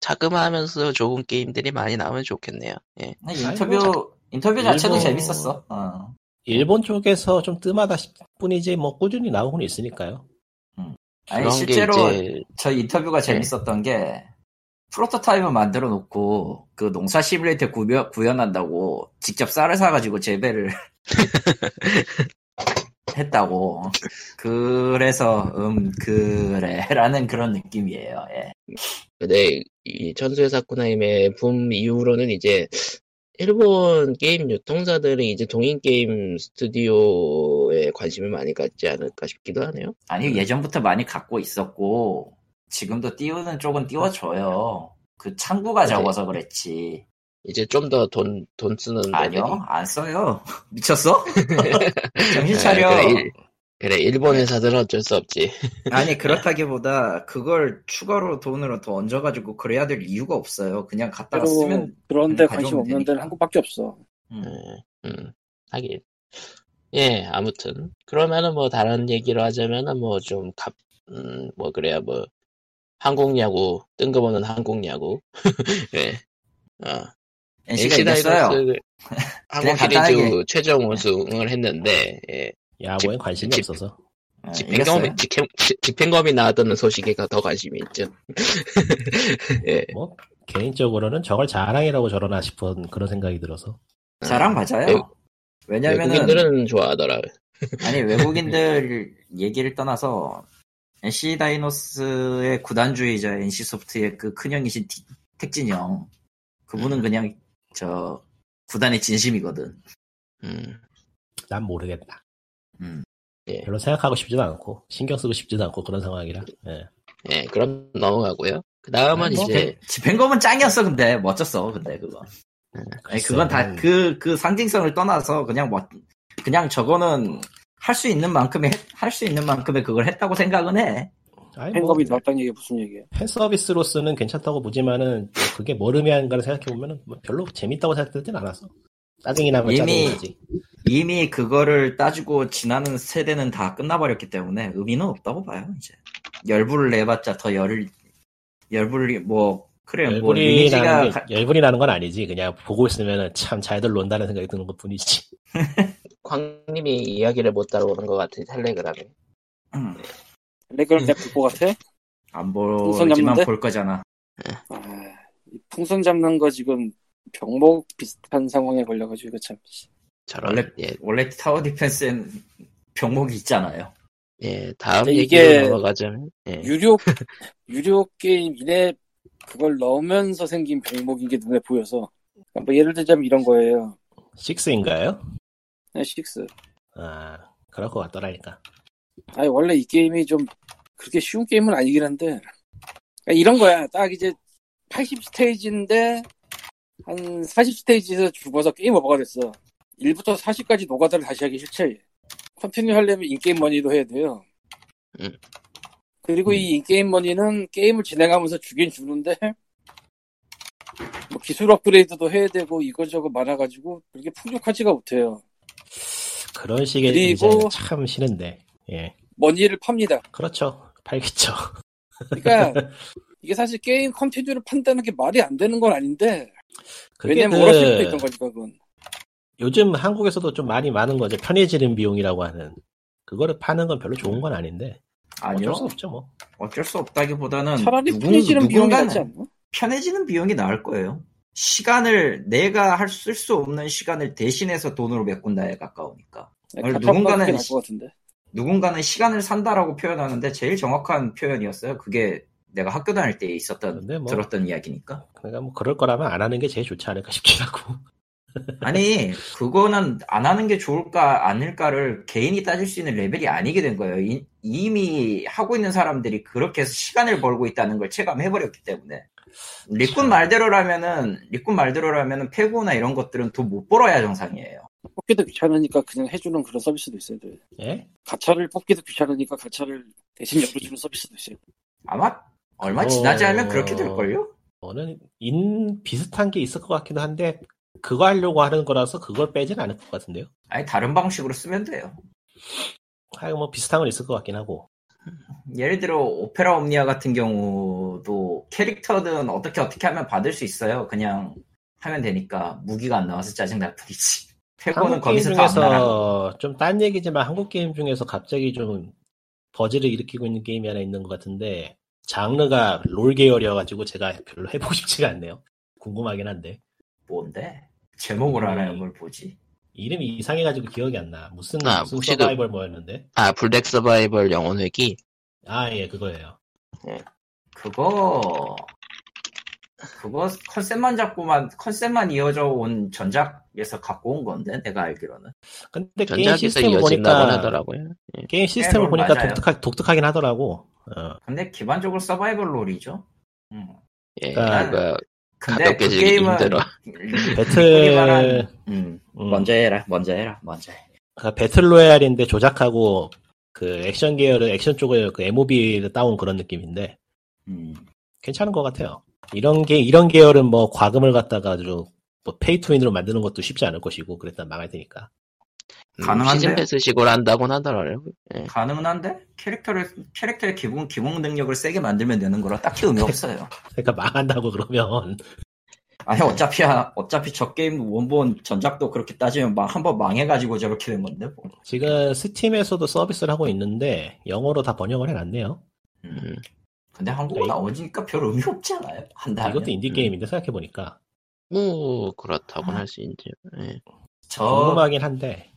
S1: 자그마하면서 좋은 게임들이 많이 나오면 좋겠네요. 예.
S2: 근데 인터뷰, 인터뷰 자체도
S3: 일본-
S2: 재밌었어. 어.
S3: 일본 쪽에서 좀 뜸하다 싶 뿐이지, 뭐 꾸준히 나오고는 있으니까요.
S2: 아니,
S1: 그런 게
S2: 실제로
S1: 이제 네.
S2: 저 인터뷰가 재밌었던 게, 프로토타입을 만들어 놓고, 그 농사 시뮬레이터 구현한다고 직접 쌀을 사가지고 재배를 했다고. 그래서, 음, 그래. 라는 그런 느낌이에요. 예.
S1: 근데 네, 이 천수의 사쿠나임의 붐 이후로는 이제 일본 게임 유통사들이 이제 동인 게임 스튜디오에 관심을 많이 갖지 않을까 싶기도 하네요.
S2: 아니 예전부터 많이 갖고 있었고 지금도 띄우는 쪽은 띄워줘요. 그 창구가
S1: 네.
S2: 적어서 그랬지.
S1: 이제 좀 더 돈 돈 쓰는
S2: 아니요 안 써요. 미쳤어?
S1: 네,
S2: 정신 차려.
S1: 그래, 일- 그래 일본 회사들은 어쩔 수 없지.
S2: 아니 그렇다기보다 그걸 추가로 돈으로 더 얹어가지고 그래야 될 이유가 없어요. 그냥 갖다가
S4: 그리고
S2: 쓰면
S4: 그런데
S2: 음,
S4: 관심
S2: 가져오면
S4: 없는 데는
S2: 되니까.
S4: 한국밖에 없어.
S2: 음,
S1: 음, 하긴. 예, 아무튼. 그러면은 뭐 다른 얘기로 하자면은 뭐 좀 갑, 음, 뭐 그래야 뭐 한국 야구, 뜬금없는 한국 야구. 예. 어,
S2: NC가
S1: NC
S2: 이겼어요.
S1: 다이노스를 한국
S2: 간단하게.
S1: 시리즈 그, 최종 우승을 했는데, 예.
S3: 야구엔
S1: 집-
S3: 관심이
S1: 집-
S3: 없어서.
S2: 예,
S1: 집행검이,
S2: 이겼어요.
S1: 집행, 집행검이 나왔다는 소식에 더 관심이 있죠. 예.
S3: 뭐, 개인적으로는 저걸 자랑이라고 저러나 싶은 그런 생각이 들어서.
S2: 자랑
S1: 외-
S2: 맞아요. 왜냐면은
S1: 외국인들은 좋아하더라.
S2: 아니 외국인들 얘기를 떠나서 NC 다이노스의 구단주의자 NC 소프트의 그 큰형이신 티- 택진 형 그분은 그냥 저 구단의 진심이거든.
S1: 음,
S3: 난 모르겠다. 예,
S2: 음.
S3: 별로 생각하고 싶지도 않고 신경 쓰고 싶지도 않고 그런 상황이라. 예.
S1: 예, 그럼 넘어가고요. 그 다음은
S2: 뭐,
S1: 이제
S2: 집행검은 짱이었어 근데 멋졌어 근데 그거. 아니, 그건 다 그 그 상징성을 떠나서 그냥 뭐 그냥 저거는 할 수 있는 만큼의 할 수 있는 만큼의 그걸 했다고 생각은 해.
S3: 아니, 뭐,
S4: 행검이
S2: 음.
S4: 놨다는 얘기 무슨 얘기야?
S3: 팬 서비스로서는 괜찮다고 보지만은 뭐 그게 뭐 의미한가를 생각해 보면은 뭐 별로 재밌다고 생각되진 않았어. 짜증이 나면
S2: 이미-
S3: 짜증이지.
S2: 이미 그거를 따지고 지나는 세대는 다 끝나버렸기 때문에 의미는 없다고 봐요 이제. 열불을 내봤자 더 열을 열불이 뭐 그래 뭐
S3: 열불이
S2: 리니지가
S3: 나는
S2: 가-
S3: 게, 열불이 나는 건 아니지. 그냥 보고 있으면은 참 잘들 논다는 생각이 드는 것 뿐이지.
S2: 뭐, 네.
S1: 광님이 이야기를 못 따라오는 것 같아 텔레그램에.
S2: 음,
S4: 레그램 내가 볼것 같아?
S2: 안
S4: 풍선
S2: 보지만
S4: 잡는데?
S2: 볼 거잖아.
S4: 아, 이 풍선 잡는 거 지금 병목 비슷한 상황에 걸려가지고 이거 참. 씨.
S1: 저런
S2: 원래-
S1: 예,
S2: 원래 타워 디펜스엔 병목이 있잖아요.
S1: 예, 다음
S4: 근데
S1: 얘기로
S4: 이게
S1: 넘어가자면
S2: 음.
S1: 예,
S4: 유료 유료 게임 이내 그걸 넣으면서 생긴 병목인 게 눈에 보여서. 그러니까 뭐 예를 들자면 이런 거예요.
S3: 식스인가요?
S4: 네, 식스.
S3: 아 그럴 것 같더라니까.
S4: 아니 원래 이 게임이 좀 그렇게 쉬운 게임은 아니긴 한데 그러니까 이런 거야 딱 이제 80 스테이지인데 한40 스테이지에서 죽어서 게임 오버가 됐어 1부터 40까지 노가다를 다시 하기 싫지 컨티뉴 하려면 인게임 머니도 해야 돼요
S1: 음.
S4: 그리고 이 인게임 머니는 게임을 진행하면서 주긴 주는데 뭐 기술 업그레이드도 해야 되고 이것저것 많아가지고 그렇게 풍족하지가 못해요
S3: 그런 식의
S4: 그리고-
S3: 인생은 참 싫은데. 예.
S4: 머니를 팝니다
S3: 그렇죠. 팔겠죠.
S4: 그러니까 이게 사실 게임 컨티뉴를 판다는 게 말이 안 되는 건 아닌데
S3: 그게
S4: 왜냐면 오락실 수도
S3: 그
S4: 있던 거니까 그건
S3: 요즘 한국에서도 좀 많이 많은 거죠. 편해지는 비용이라고 하는. 그거를 파는 건 별로 좋은 건 아닌데.
S2: 아니요.
S3: 어쩔 수 없죠, 뭐.
S2: 어쩔 수 없다기보다는
S4: 차라리
S2: 누군-
S4: 편해지는 비용이
S2: 누군가는
S4: 낫지 않나?
S2: 편해지는 비용이 나을 거예요. 시간을 내가 할 쓸 수 없는 시간을 대신해서 돈으로 메꾼다에 가까우니까
S4: 네,
S2: 아니,
S4: 가평가는 게
S2: 누군가는
S4: 나을 것 같은데
S2: 누군가는 시간을 산다라고 표현하는데 제일 정확한 표현이었어요. 그게 내가 학교 다닐 때 있었던
S3: 근데 뭐.
S2: 들었던 이야기니까
S3: 그러니까 뭐 그럴 거라면 안 하는 게 제일 좋지 않을까 싶긴 하고.
S2: 아니 그거는 안 하는 게 좋을까 아닐까를 개인이 따질 수 있는 레벨이 아니게 된 거예요. 이- 이미 하고 있는 사람들이 그렇게 해서 시간을 벌고 있다는 걸 체감해버렸기 때문에 리꾼
S3: 참.
S2: 말대로라면은 리꾼 말대로라면은 페고나 이런 것들은 돈 못 벌어야 정상이에요.
S4: 뽑기도 귀찮으니까 그냥 해주는 그런 서비스도 있어야 돼
S3: 예?
S4: 가차를 뽑기도 귀찮으니까 가차를 대신 열어주는 서비스도 있어야 돼
S2: 아마 얼마 지나지 않으면 그렇게 될걸요?
S3: 저는 인 비슷한 게 있을 것 같기도 한데 그거 하려고 하는 거라서 그걸 빼진 않을 것 같은데요.
S2: 아니 다른 방식으로 쓰면 돼요.
S3: 하여간 뭐 비슷한 건 있을 것 같긴 하고.
S2: 예를 들어 오페라 옴니아 같은 경우도 캐릭터든 어떻게 어떻게 하면 받을 수 있어요. 그냥 하면 되니까 무기가 안 나와서 짜증 날 뿐이지. 페고는
S3: 한국 게임
S2: 거기서 다안 나가.
S3: 중에서 좀 딴 얘기지만 한국 게임 중에서 갑자기 좀 버즈를 일으키고 있는 게임이 하나 있는 것 같은데 장르가 롤 계열이어가지고 제가 별로 해보고 싶지가 않네요. 궁금하긴 한데
S2: 뭔데? 제목을
S3: 음.
S2: 알아야 뭘 보지.
S3: 이름이 이상해가지고 기억이 안 나. 무슨
S1: 아,
S3: 무슨
S1: 혹시 그-
S3: 서바이벌 뭐였는데?
S1: 아 블랙 서바이벌 영혼 회기
S3: 아 예 그거예요.
S2: 그거 그거 컨셉만 잡고만 컨셉만 이어져 온 전작에서 갖고 온 건데 내가 알기로는
S3: 근데 게임
S1: 전작에서
S3: 시스템을
S1: 이어진다고
S3: 보니까
S1: 하더라고요.
S3: 게임 시스템을
S2: 네,
S3: 보니까
S2: 맞아요.
S3: 독특하, 독특하긴 하더라고. 어.
S2: 근데 기본적으로 서바이벌 롤이죠. 음.
S1: 예,
S3: 그러니까
S1: 그러니까
S2: 근데
S1: 가볍게
S2: 그
S1: 즐기기
S2: 게임은
S1: 힘들어.
S2: 리콜이 말한-
S3: 배틀
S2: 음,
S3: 음,
S2: 먼저 해라 먼저 해라 먼저 해.
S3: 그러니까 배틀로얄인데 조작하고 그 액션 계열을 액션 쪽을 그 MOB를 따온 그런 느낌인데
S2: 음.
S3: 괜찮은 것 같아요. 이런 게 이런 계열은 뭐 과금을 갖다가 아주 뭐 페이투윈으로 만드는 것도 쉽지 않을 것이고 그랬다 망할 테니까.
S2: 가능한데요?
S1: 음, 시즌 패스식으로 한다곤 하더라고요.
S2: 가능은 한데 캐릭터를 캐릭터의 기본 기본 능력을 세게 만들면 되는 거라 딱히 의미 없어요.
S3: 그러니까 망한다고 그러면
S2: 아니 어차피 하- 어차피 저 게임 원본 전작도 그렇게 따지면 막 한 번 망해가지고 저렇게 된 건데 뭐.
S3: 지금 스팀에서도 서비스를 하고 있는데 영어로 다 번역을 해놨네요.
S1: 음,
S2: 근데 한국어
S3: 그러니까
S2: 나오니까 별 의미 없지 않아요? 네. 한다.
S3: 이것도 인디
S1: 음.
S3: 게임인데 생각해 보니까
S1: 뭐 그렇다고
S3: 아.
S1: 할 수 있죠.
S3: 음.
S1: 예.
S2: 저저
S3: 궁금하긴 한데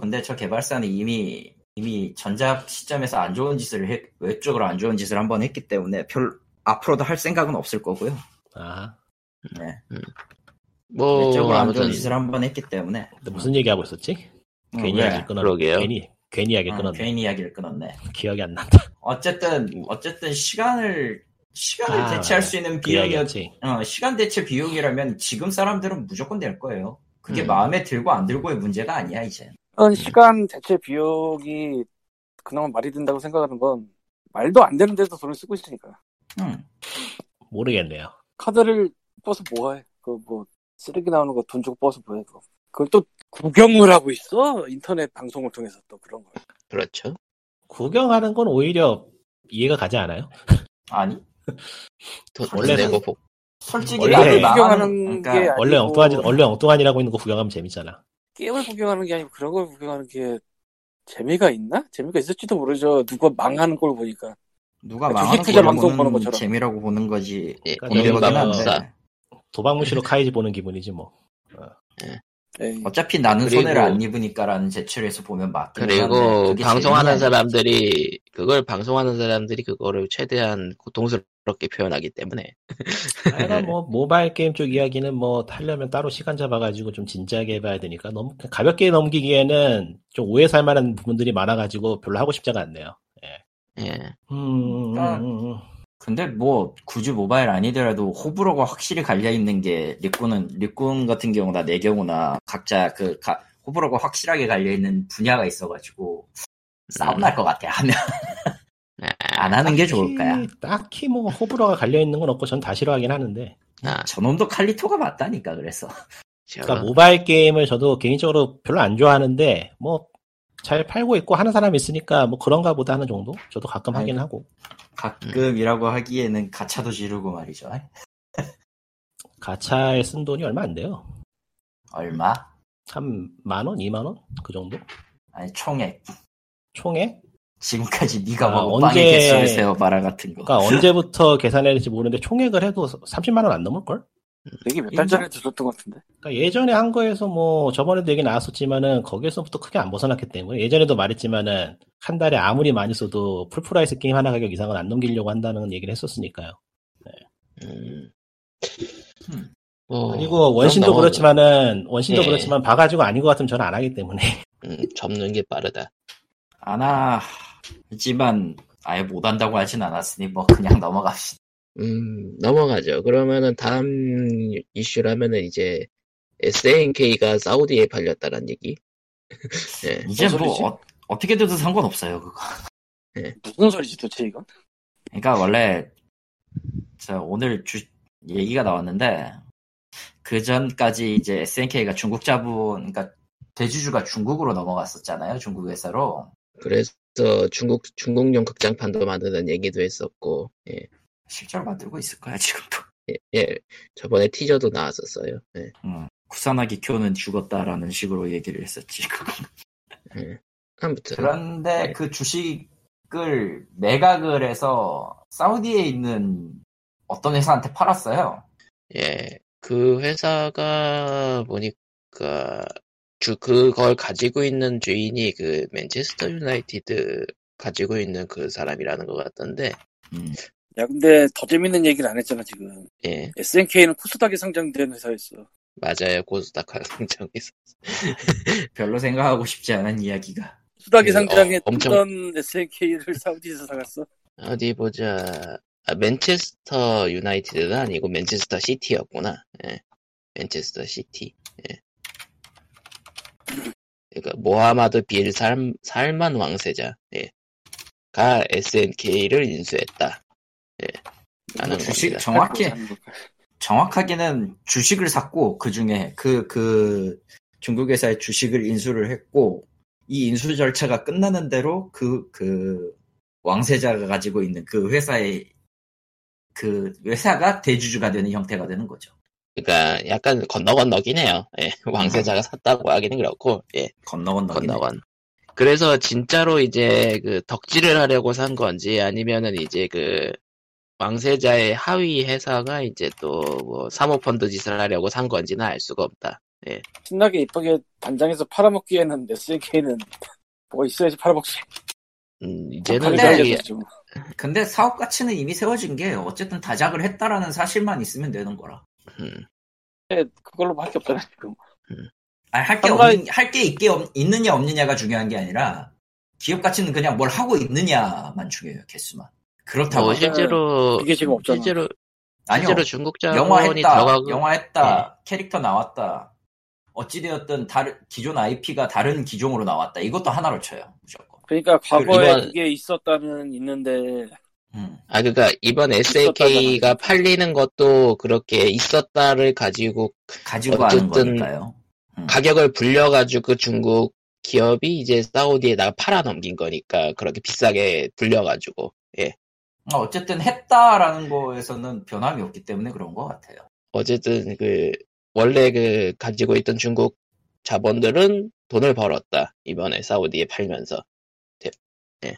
S2: 근데 저 개발사는 이미 이미 전작 시점에서 안 좋은 짓을 했, 외적으로 안 좋은 짓을 한 번 했기 때문에 별 앞으로도 할 생각은 없을 거고요.
S3: 아
S2: 네.
S1: 음. 뭐
S2: 외적으로 안 좋은
S1: 아무튼
S2: 짓을 한 번 했기 때문에
S3: 어, 근데 무슨 얘기하고 있었지?
S2: 응,
S3: 괜히
S2: 왜?
S3: 이야기 끊었네.
S1: 그러게요.
S3: 괜히 괜히 이야기
S2: 응, 음,
S3: 끊었네.
S2: 괜히 이야기를 끊었네.
S3: 기억이 안 난다.
S2: 어쨌든 어쨌든 시간을 시간을
S3: 아,
S2: 대체할
S3: 맞아.
S2: 수 있는
S3: 그
S2: 비용이
S3: 이야기였지.
S2: 어, 시간 대체 비용이라면 지금 사람들은 무조건 낼 거예요. 그게
S1: 음.
S2: 마음에 들고 안 들고의 문제가 아니야 이제.
S4: 그런 시간 대체 비용이 그나마 말이 된다고 생각하는 건 말도 안 되는 데서 돈을 쓰고 있으니까
S2: 음.
S3: 모르겠네요.
S4: 카드를 뽑아서 뭐해 그 뭐 쓰레기 나오는 거 돈 주고 뽑아서 뭐해 그거 그걸 또 구경을 하고 있어 인터넷 방송을 통해서 또 그런 걸
S1: 그렇죠.
S3: 구경하는 건 오히려 이해가 가지 않아요?
S2: 아니
S1: 돈
S3: 원래는-
S1: 내고 보-
S2: 솔직히
S3: 원래
S2: 나도
S4: 구경하는
S2: 망하는
S4: 게
S2: 그러니까
S4: 아니고
S3: 원래 엉뚱하지 원래 엉뚱한이라고 있는 거 구경하면 재밌잖아.
S4: 게임을 구경하는 게 아니고 그런 걸 구경하는 게 재미가 있나? 재미가 있을지도 모르죠. 누가 망하는 걸 보니까.
S2: 누가
S4: 주식
S2: 망하는
S4: 투자
S2: 걸
S4: 방송
S2: 보는
S4: 보는 것처럼.
S2: 재미라고 보는 거지.
S1: 예,
S3: 그러니까
S2: 보는
S1: 이른바
S2: 거긴
S1: 법사.
S2: 한데
S3: 도박무시로 카이지 보는 기분이지 뭐.
S4: 에이,
S2: 어차피 나는
S1: 그리고-
S2: 손해를 안 입으니까라는 제출에서 보면 맞긴 한데
S1: 그리고
S2: 그게
S1: 방송하는
S2: 재미가 아니야.
S1: 사람들이 그걸 방송하는 사람들이 그거를 최대한 고통스럽게 표현하기 때문에
S3: 하여간 뭐 모바일 게임 쪽 이야기는 뭐 하려면 따로 시간 잡아가지고 좀 진지하게 해봐야 되니까 너무 가볍게 넘기기에는 좀 오해 살 만한 부분들이 많아가지고 별로 하고 싶지가 않네요.
S1: 예.
S3: 음, 음,
S2: 아,
S3: 음, 음.
S2: 근데 뭐 굳이 모바일 아니더라도 호불호가 확실히 갈려 있는 게 리꾼은 리꾼 같은 경우나 내 경우나 각자 그 가- 호불호가 확실하게 갈려 있는 분야가 있어가지고 싸움 날 것 같아 하면
S1: 아,
S2: 안 하는 게 좋을 거야.
S3: 딱히- 딱히 뭐 호불호가 갈려 있는 건 없고 전 다 싫어하긴 하는데.
S1: 아,
S2: 저놈도 칼리토가 맞다니까 그래서
S1: 제가
S2: 아.
S3: 그러니까 모바일 게임을 저도 개인적으로 별로 안 좋아하는데 뭐 잘 팔고 있고 하는 사람이 있으니까 뭐 그런가 보다 하는 정도? 저도 가끔 하긴 하고.
S2: 가끔이라고 하기에는 가차도 지르고 말이죠.
S3: 가차에 쓴 돈이 얼마 안 돼요.
S2: 얼마?
S3: 한 만 원, 이만 원? 그 정도?
S2: 아니 총액.
S3: 총액?
S2: 지금까지 네가
S3: 아,
S2: 먹은
S3: 언제-
S2: 빵의 개수를 세어봐라 같은 거.
S3: 그러니까 언제부터 계산했는지 모르는데 총액을 해도 30만 원 안 넘을걸?
S4: 되게 몇 달 전에 들었던 것 같은데.
S3: 그러니까 예전에 한 거에서 뭐 저번에도 얘기 나왔었지만은 거기에서부터 크게 안 벗어났기 때문에 예전에도 말했지만은 한 달에 아무리 많이 써도 풀프라이스 게임 하나 가격 이상은 안 넘기려고 한다는 얘기를 했었으니까요.
S1: 음.
S2: 음.
S1: 뭐,
S3: 그리고
S1: 그럼
S3: 원신도
S1: 넘어-
S3: 그렇지만은 원신도
S1: 예.
S3: 그렇지만 봐가지고 아닌 것 같으면 저는 안 하기 때문에
S1: 음, 접는 게 빠르다.
S2: 안 하지만 아예 못한다고 하진 않았으니 뭐 그냥 넘어갑시다.
S1: 음, 넘어가죠. 그러면은 다음 이슈라면은 이제 SNK가 사우디에 팔렸다는 얘기. 예.
S2: 이제
S4: 뭔
S2: 뭐
S4: 소리지?
S2: 어, 어떻게 돼도 상관없어요 그거.
S4: 무슨 소리지 도대체 이건?
S2: 그러니까 원래 저 오늘 주 얘기가 나왔는데 그 전까지 이제 SNK가 중국 자본 그러니까 대주주가 중국으로 넘어갔었잖아요 중국 회사로
S1: 그래서 중국 중국용 극장판도 만드는 얘기도 했었고, 예,
S2: 실제로 만들고 있을 거야 지금도.
S1: 예, 예. 저번에 티저도 나왔었어요. 예.
S2: 응. 구사나기 쿄는 죽었다라는 식으로 얘기를 했었지.
S1: 아무튼
S2: 그런데 그 주식을 매각을 해서 사우디에 있는 어떤 회사한테 팔았어요.
S1: 예, 그 회사가 보니까 주 그걸 가지고 있는 주인이 그 맨체스터 유나이티드 가지고 있는 그 사람이라는 것 같던데,
S4: 야 근데 더 재밌는 얘기를 안 했잖아 지금.
S1: 예,
S4: SNK는 코스닥에 상장된 회사였어.
S1: 맞아요. 고스닥 상장에서
S2: 별로 생각하고 싶지 않은 이야기가.
S4: 코스닥에
S1: 예,
S4: 상장했던
S1: 어, 엄청-
S4: SNK를 사우디에서 사갔어.
S1: 어디 보자. 아, 맨체스터 유나이티드는 아니고 맨체스터 시티였구나. 예. 맨체스터 시티. 예. 그러니까 모하마드 빌 살, 살만 왕세자. 예. 가 SNK를 인수했다. 예. 라는
S2: 주식
S1: 겁니다.
S2: 정확히
S4: 사는 걸까?
S2: 정확하게는 주식을 샀고 그 중에 그 그 중국 회사의 주식을 인수를 했고 이 인수 절차가 끝나는 대로 그 그 왕세자가 가지고 있는 그 회사의 그 회사가 대주주가 되는 형태가 되는 거죠.
S1: 그러니까 약간 건너 건너긴 해요. 예. 왕세자가 샀다고 하기는 그렇고. 예.
S2: 건너 건너.
S1: 건너건. 그래서 진짜로 이제 그 덕질을 하려고 산 건지 아니면은 이제 그 왕세자의 하위 회사가 이제 또 뭐 사모펀드 짓을 하려고 산 건지는 알 수가 없다.
S4: 신나게 이쁘게 단장에서 팔아먹기에는 SNK는 뭐가 있어야지 팔아먹지.
S1: 음, 이제는
S4: 칼리
S2: 근데-
S1: 저기
S4: 알려줬어, 지금.
S2: 근데 사업 가치는 이미 세워진 게 어쨌든 다작을 했다라는 사실만 있으면 되는 거라.
S1: 음,
S4: 앞에 네, 그걸로밖에 없잖아 지금.
S2: 아니 할게
S4: 상관-
S2: 없는 할게 있게 없, 있느냐 없느냐가 중요한 게 아니라 기업 가치는 그냥 뭘 하고 있느냐만 중요해요 개수만 그렇다고
S1: 뭐 실제로
S4: 이게 지금 없잖아.
S1: 실제로
S2: 아니요
S1: 실제로 중국 자본이
S2: 영화 했다
S1: 들어가고 네.
S2: 영화 했다 캐릭터 나왔다 어찌되었든 다른 기존 IP가 다른 기종으로 나왔다 이것도 하나로 쳐요 무조건
S4: 그러니까 과거에
S1: 이번-
S4: 이게 있었다면 있는데
S2: 음.
S1: 아 그러니까 이번 SAK가 팔리는 것도 그렇게 있었다를 가지고
S2: 가지고 하는
S1: 어쨌든
S2: 거니까요 음.
S1: 가격을 불려가지고 그 중국 기업이 이제 사우디에다가 팔아넘긴 거니까 그렇게 비싸게 불려가지고
S2: 어, 어쨌든 했다라는 거에서는 변함이 없기 때문에 그런 것 같아요
S1: 어쨌든 그 원래 그 가지고 있던 중국 자본들은 돈을 벌었다 이번에 사우디에 팔면서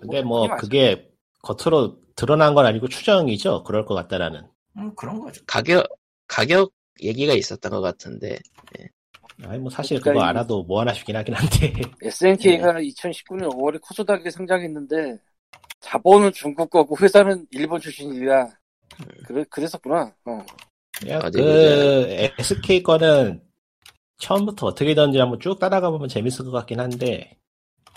S3: 근데 뭐 그게 겉으로 드러난 건 아니고 추정이죠. 그럴 것 같다라는.
S2: 음, 그런 거죠
S1: 가격 가격 얘기가 있었던 것 같은데
S3: 아니 뭐 사실
S4: 그러니까
S3: 그거
S4: 이-
S3: 알아도 뭐 하나 싶긴 하긴 한데.
S4: SNK가
S1: 네.
S4: 2019년 5월에 코스닥에 상장했는데 자본은 중국 거고 회사는 일본 출신이라 그래 그랬었구나. 어.
S3: 그냥
S1: 어디
S3: 그 SK 거는 처음부터 어떻게 든지 한번 쭉 따라가 보면 재밌을 것 같긴 한데.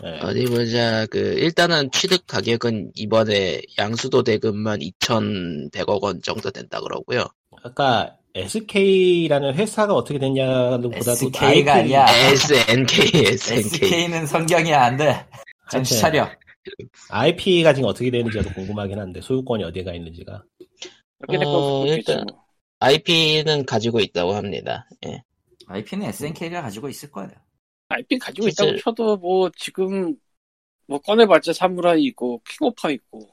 S3: 예.
S2: 아,
S1: 어디 보자 그 일단은 취득 가격은 이번에 양수도 대금만 2,100억 원 정도 된다 그러고요
S3: 아까 SK라는 회사가 어떻게 됐냐는 보다도
S2: SK 가
S3: IP
S2: 아니야.
S1: SNK SNK
S2: SK는 성경이 안돼 정신
S3: 하여튼
S2: 차려
S3: IP가 지금 어떻게 되는지도 궁금하긴 한데 소유권이 어디가 있는지가.
S4: 그렇게 될거
S1: 어,
S4: 어, 있겠지
S1: 일단-
S4: 뭐.
S1: IP는 가지고 있다고 합니다 예.
S2: IP는 SNK가 가지고 있을 거예요
S4: IP 가지고
S1: 진짜-
S4: 있다고 쳐도 뭐 지금 뭐 꺼내봤자 사무라이 있고 킹오파 있고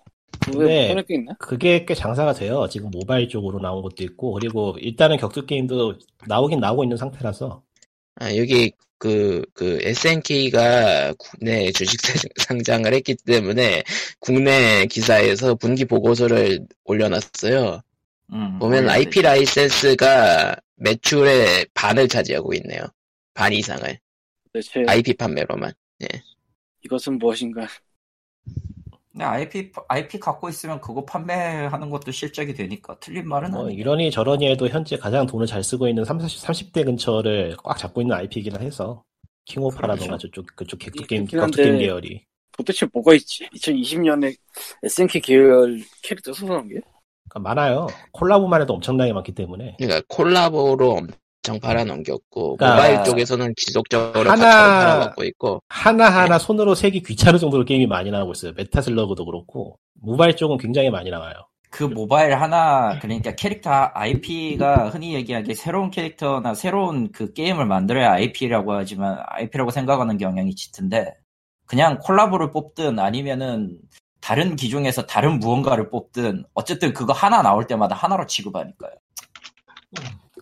S3: 네.
S4: 왜 꺼낼 게 있나?
S3: 그게 꽤 장사가 돼요. 지금 모바일 쪽으로 나온 것도 있고, 그리고 일단은 격투 게임도 나오긴 나오고 있는 상태라서.
S1: 아, 여기 그, 그 SNK가 국내 주식 사- 상장을 했기 때문에 국내 기사에서 분기 보고서를 올려놨어요.
S2: 음,
S1: 보면
S2: 원래는
S1: IP 라이센스가 매출의 반을 차지하고 있네요. 반 이상을.
S4: 대체
S1: IP 판매로만.
S4: 이것은 무엇인가?
S2: 근데 IP, IP 갖고 있으면 그거 판매하는 것도 실적이 되니까 틀린 말은
S3: 뭐,
S2: 아니에요.
S3: 이러니 저러니 해도 현재 가장 돈을 잘 쓰고 있는 30, 30대 근처를 꽉 잡고 있는 IP이긴 해서. 킹오파라던가
S2: 그렇죠.
S3: 저쪽, 그쪽 격투
S4: 이-
S3: 게임,
S4: 그렇긴
S3: 격투 게임
S4: 한데-
S3: 계열이.
S4: 도대체 뭐가 있지? 2020년에 SNK 계열 캐릭터 소환한 게?
S1: 네.
S3: 그러니까 많아요. 콜라보만 해도 엄청나게 많기 때문에.
S1: 그러니까 콜라보로 엄청 팔아넘겼고,
S3: 그러니까
S1: 모바일 쪽에서는 지속적으로
S3: 하나-
S1: 각처로 팔아먹고 있고,
S2: 예.
S3: 하나하나 손으로 세기 귀찮을 정도로 게임이 많이 나오고 있어요. 메타슬러그도 그렇고. 모바일 쪽은 굉장히 많이 나와요.
S2: 그 모바일 하나, 그러니까 캐릭터 IP가 흔히 얘기하기에 새로운 캐릭터나 새로운 그 게임을 만들어야 IP라고 하지만 IP라고 생각하는 경향이 짙은데 그냥 콜라보를 뽑든 아니면은 다른 기종에서 다른 무언가를 뽑든 어쨌든 그거 하나 나올 때마다 하나로 취급하니까요.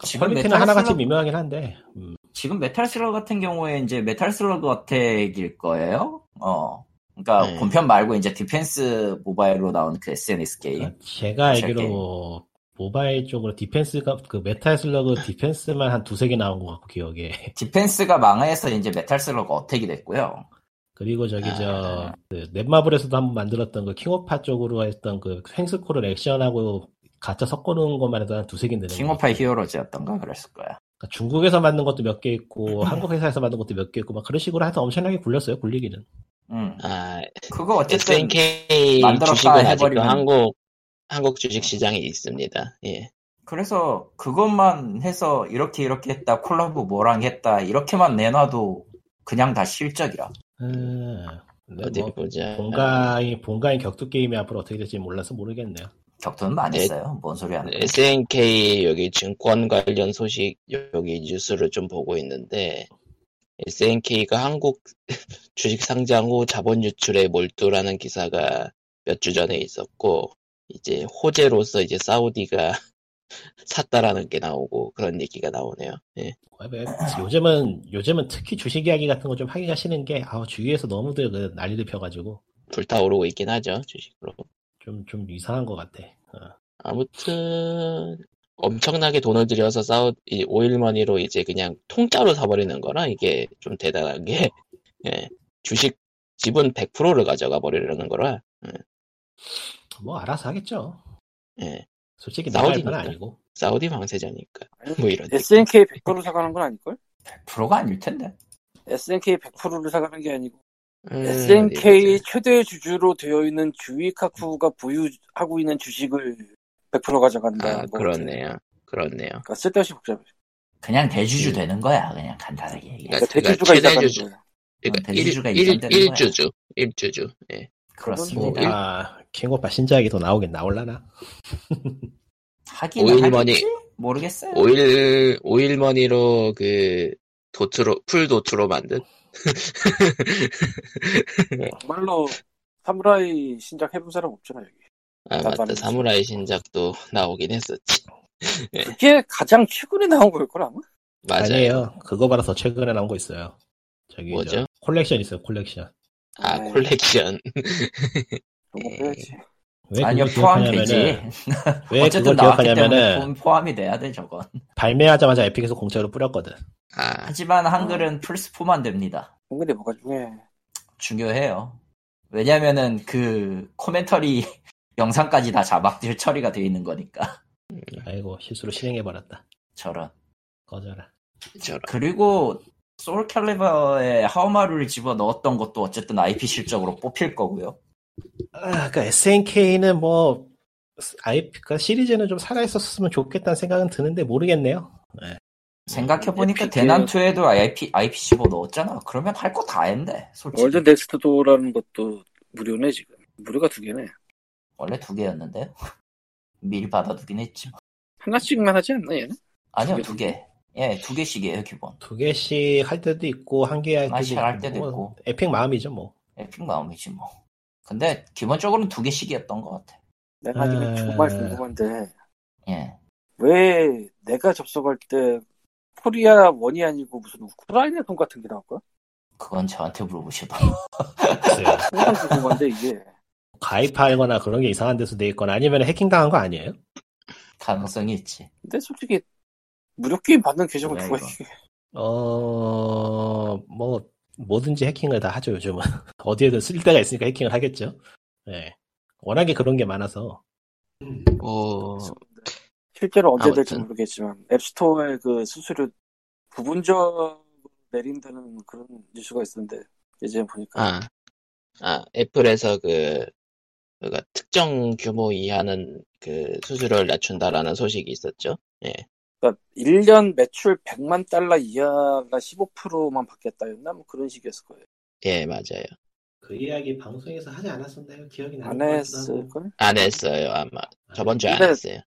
S2: 지금
S3: 그러니까 퀄리티는
S2: 메탈
S3: 하나같이
S2: 슬러-
S3: 미묘하긴 한데. 음.
S2: 지금 메탈 슬러그 같은 경우에 이제 메탈 슬러그 어택일 거예요. 어. 그러니까
S1: 네.
S2: 본편 말고 이제 디펜스 모바일로 나온 그 SNS 게임.
S3: 그러니까 제가
S2: 제
S3: 알기로 모바일 쪽으로 디펜스가 그 메탈 슬러그 디펜스만 한 두세 개 나온 것 같고 기억에
S2: 디펜스가 망해서 이제 메탈 슬러그 어택이 됐고요.
S3: 그리고 저기
S2: 아.
S3: 저그 넷마블에서도 한번 만들었던 그 킹오파 쪽으로 했던 그 횡스코를 액션하고 가짜 섞어놓은 것만 해도 한 두세 개 되는
S2: 킹오파의 히어로즈였던가 그랬을 거야.
S3: 그러니까 중국에서 만든 것도 몇 개 있고 한국 회사에서 만든 것도 몇 개 있고 막 그런 식으로 해서 엄청나게 굴렸어요 굴리기는
S2: 음.
S1: 아,
S2: 그거 어쨌든
S1: SNK
S2: 만들었다
S1: 주식은 아직도
S2: 해버리면-
S1: 한국, 한국 주식 시장에 있습니다. 예.
S2: 그래서 그것만 해서 이렇게 이렇게 했다 콜라보 뭐랑 했다 이렇게만 내놔도 그냥 다 실적이라.
S3: 음, 근데
S1: 어디 그 네.
S3: 뭐
S1: 보자.
S3: 본가인 본가인 격투 게임이 앞으로 어떻게 될지 몰라서 모르겠네요
S2: 격투는 많이
S1: 네.
S2: 했어요. 뭔 소리 하는 거야.
S1: SNK 여기 증권 관련 소식 여기 뉴스를 좀 보고 있는데 SNK가 한국 주식 상장 후 자본 유출에 몰두라는 기사가 몇 주 전에 있었고 이제 호재로서 이제 사우디가 샀다라는 게 나오고 그런 얘기가 나오네요. 예.
S3: 아, 왜, 요즘은 요즘은 특히 주식 이야기 같은 거 좀 하기가 싫은 게 아우 주위에서 너무들 그 난리를 펴가지고
S1: 불타오르고 있긴 하죠 주식으로.
S3: 좀 좀 이상한 것 같아. 어.
S1: 아무튼 엄청나게 돈을 들여서 사우 이 오일머니로 이제 그냥 통짜로 사버리는 거라 이게 좀 대단한 게 예, 주식 지분 100%를 가져가 버리려는 거라
S3: 뭐 알아서 하겠죠.
S1: 예,
S3: 솔직히 나갈 건
S1: 사우디니까.
S3: 아니고
S1: 예, 사우디 방세자니까. 뭐 이런.
S4: SNK 100%를 사가는 건 아닐걸?
S2: 프로가 아닐 텐데.
S4: SNK 100%를 사가는 게 아니고
S1: 음,
S4: SNK 최대 주주로 되어 있는 주이카쿠가 보유하고 있는 주식을 100% 가져간다.
S1: 아,
S4: 뭐
S1: 그렇네요.
S2: 아,
S1: 그렇네요.
S4: 그러니까 쓸데없이 복잡해.
S2: 그냥 대주주
S1: 음.
S2: 되는 거야. 그냥 간단하게 얘기.
S1: 그러니까
S4: 그러니까 대주주가
S1: 최대
S4: 있다는
S1: 주주.
S4: 거야.
S1: 그러니까
S2: 음,
S1: 일
S2: 대주주가
S1: 일-
S2: 있다는 거야.
S1: 일주주. 일주주. 예.
S2: 그렇습니다.
S1: 뭐 일-
S3: 아, 킹오빠 신작이 더 나오긴 나올라나?
S2: 하긴
S1: 오일머니.
S2: 하겠지? 모르겠어요.
S1: 오일 오일머니로 그 도트로 풀 도트로 만든
S4: 정말로 사무라이 신작 해본 사람 없잖아 여기.
S1: 아
S4: 나도 안
S1: 맞다
S4: 했어.
S1: 사무라이 신작도 나오긴 했었지 네.
S4: 그게 가장 최근에 나온 걸 걸 아마?
S1: 맞아요
S3: 아니에요. 그거보다 더 최근에 나온 거 있어요. 저기
S1: 뭐죠?
S3: 저 콜렉션 있어요. 콜렉션.
S1: 아
S4: 네.
S1: 콜렉션
S4: 그런 거 빼야지.
S3: 왜
S2: 아니요
S3: 그걸
S2: 포함되지.
S3: 기억하냐면은- 왜
S2: 어쨌든
S3: 그걸
S2: 나왔기 때문에
S3: 기억하냐면은
S2: 돈 포함이 돼야 돼 저건.
S3: 발매하자마자 에픽에서 공짜로 뿌렸거든.
S1: 아
S2: 하지만 한글은 플스4만 됩니다.
S4: 근데 뭐가 중요해.
S2: 중요해요. 왜냐면은 그 코멘터리 영상까지 다 자막 처리가 돼 있는 거니까.
S3: 아이고 실수로 실행해 버렸다.
S2: 저런.
S3: 꺼져라.
S1: 저런
S2: 그리고 소울 캘리버에 하우마루를 집어 넣었던 것도 어쨌든 IP 실적으로 뽑힐 거고요.
S3: 아, 그러니까 SNK는 뭐 아이 그 시리즈는 좀 살아 있었으면 좋겠다는 생각은 드는데 모르겠네요.
S2: 생각해 보니까
S4: 에픽
S2: 대난 2에도 IP IP 집어 넣었잖아. 그러면 할 거 다 했네. 솔직히
S4: 월드 넥스트 도어라는 것도 무료네 지금. 무료가 두 개네.
S2: 원래 두 개였는데 미리 받아두긴 했지. 뭐.
S4: 하나씩만 하지 않나 얘는?
S2: 아니요
S4: 두
S2: 두
S4: 개.
S2: 개. 예, 두 개씩이에요 기본.
S3: 두 개씩 할 때도 있고 한 개 할 때도
S2: 마샬 할 때도
S3: 뭐
S2: 있고.
S3: 에픽 마음이죠 뭐.
S2: 에픽 마음이지 뭐. 근데 기본적으로는 두 개씩이었던 것 같아.
S4: 내가
S3: 에.
S4: 이게 정말 궁금한데
S2: 예.
S4: 왜 내가 접속할 때 코리아 원이 아니고 무슨 우크라이나 돈 같은 게 나올 거야?
S2: 그건 저한테 물어보셔도.
S3: 글쎄요.
S4: 항상 궁금한데 이게
S3: 가입하거나 그런 게 이상한 데서 돼 있거나 아니면 해킹 당한 거 아니에요?
S2: 가능성이 있지.
S4: 근데 솔직히 무료 게임 받는 계정은
S2: 뭐야,
S4: 누가
S2: 이거.
S4: 해?
S3: 어, 뭐, 뭐든지 해킹을 다 하죠, 요즘은. 어디에든 쓸 데가 있으니까 해킹을 하겠죠. 예. 워낙에 그런 게 많아서.
S1: 뭐
S4: 실제로 언제 될지
S1: 아무튼.
S4: 모르겠지만 앱스토어의 그 수수료 부분적으로 내린다는 그런 뉴스가 있었는데 예전에 보니까
S1: 아, 아, 애플에서 그, 그가 특정 규모 이하는 그 수수료를 낮춘다라는 소식이 있었죠.
S4: 그러니까 1년 매출 100만 달러 이하가 15%만 받겠다였나 뭐 그런 식이었을 거예요.
S1: 예, 맞아요.
S3: 그 이야기 방송에서 하지 않았었나요? 기억이
S4: 안 했을 걸?
S1: 안 했어요, 아마. 저번 주에 안
S4: 근데-
S1: 했어요.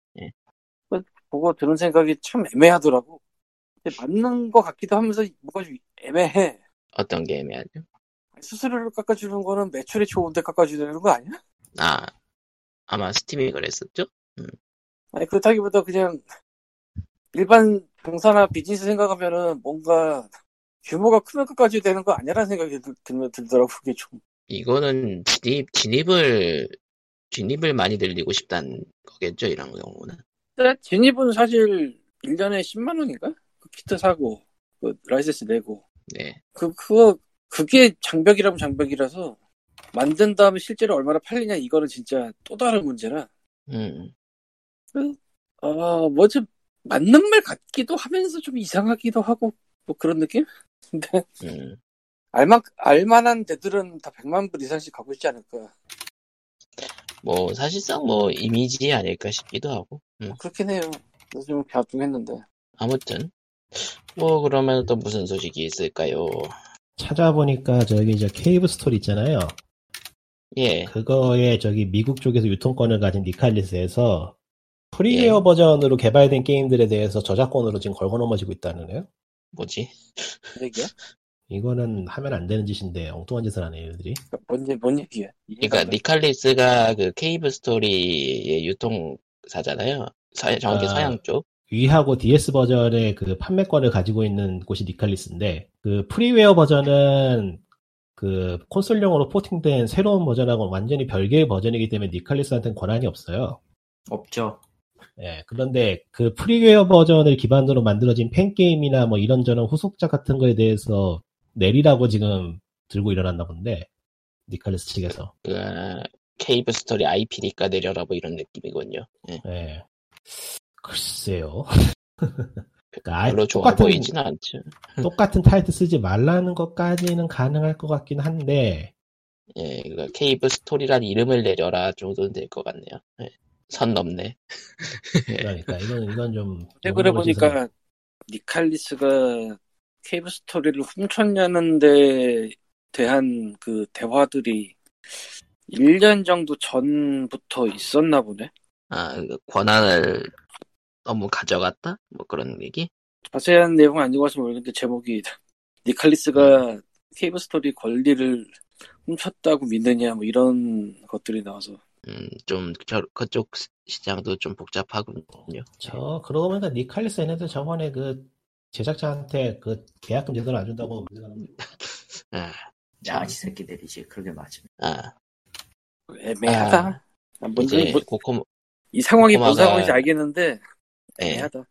S4: 보고 드는 생각이 참 애매하더라고. 근데 맞는 것 같기도 하면서 뭐가 좀 애매해.
S1: 어떤 게임이 아니요?
S4: 수수료를 깎아주는 거는 매출이 좋은데 깎아주는 거 아니야?
S1: 아, 아마 스팀이 그랬었죠?
S4: 아니 그렇다기보다 그냥 일반 장사나 비즈니스 생각하면은 뭔가 규모가 크면 깎아줘야 되는 거 아니야라는 생각이 들, 들면 들더라고 그게 좀.
S1: 이거는 진입, 진입을, 진입을 많이 늘리고 싶단 거겠죠, 이런 경우는.
S4: 근데 진입은 네? 사실 1년에 10만 원인가? 그 키트 사고 그 라이센스 내고
S1: 네.
S4: 그, 그거, 그게 장벽이라면 장벽이라서, 만든 다음에 실제로 얼마나 팔리냐, 이거는 진짜 또 다른 문제라.
S1: 음,
S4: 어, 뭐 좀, 맞는 말 같기도 하면서 좀 이상하기도 하고, 뭐 그런 느낌? 근데,
S1: 음.
S4: 알만, 알만한 데들은 다 100만 불 이상씩 갖고 있지 않을까.
S1: 뭐, 사실상 뭐, 이미지 아닐까 싶기도 하고. 음.
S4: 뭐 그렇긴 해요. 그래서 좀 갸뚱했는데.
S1: 아무튼. 뭐, 그러면 또 무슨 소식이 있을까요?
S3: 찾아보니까 저기 이제 케이브 스토리 있잖아요.
S1: 예.
S3: 그거에 저기 미국 쪽에서 유통권을 가진 니칼리스에서 프리미어 버전으로 개발된 게임들에 대해서 저작권으로 지금 걸고 넘어지고 있다는데요.
S1: 뭐지?
S4: 뭔 얘기야?
S3: 이거는 하면 안 되는 짓인데 엉뚱한 짓을 하네요, 얘들이.
S4: 그러니까 뭔, 얘- 뭔 얘기야? 이해가
S1: 그러니까
S4: 안 가.
S1: 니칼리스가 그 케이브 스토리의 유통사잖아요. 사, 정확히
S3: 아.
S1: 서양 쪽.
S3: 위하고 DS 버전의 그 판매권을 가지고 있는 곳이 니칼리스인데 그 프리웨어 버전은 그 콘솔용으로 포팅된 새로운 버전하고 완전히 별개의 버전이기 때문에 니칼리스한테는 권한이 없어요.
S2: 없죠.
S3: 예, 그런데 그 프리웨어 버전을 기반으로 만들어진 팬게임이나 뭐 이런저런 후속작 같은 거에 대해서 내리라고 지금 들고 일어났나 본데 니칼리스 측에서.
S1: 그 케이브 스토리 IP니까 내려라 뭐 이런 느낌이군요. 예.
S3: 예. 글쎄요. 그러니까 아예
S1: 별로 좋아
S3: 똑같은-
S1: 보이진 않죠.
S3: 똑같은 타이틀 쓰지 말라는 것까지는 가능할 것 같긴 한데
S1: 예, 그러니까 케이브 스토리란 이름을 내려라 정도는 될 것 같네요. 예, 선 넘네. 네.
S3: 그러니까 이건 이건 좀
S4: 최근에
S3: 용어로 지상-
S4: 네, 보니까 니칼리스가 케이브 스토리를 훔쳤냐는데 대한 그 대화들이 1년 정도 전부터 있었나 보네.
S1: 아, 그 권한을 너무 가져갔다? 뭐 그런 얘기?
S4: 자세한 내용은 아니고서 모르겠는데 제목이
S1: 음.
S4: 니칼리스가 케이브 스토리 권리를 훔쳤다고 믿느냐 뭐 이런 것들이 나와서
S1: 음, 좀 저, 그쪽 시- 시장도 좀 복잡하군요.
S3: 저 그러고 보니까 니칼리스 얘네들 저번에 그 제작자한테 그 계약금 제대로 안 준다고 문제가 나왔는데
S1: 아,
S2: 야지 새끼들이지 그러게 맞으면
S1: 아,
S4: 애매하다. 뭔지
S1: 이제
S4: 뭐,
S1: 고코
S4: 이 상황이 뭔
S1: 고구마가-
S4: 상황인지 알겠는데
S1: 예,
S4: 애매하다.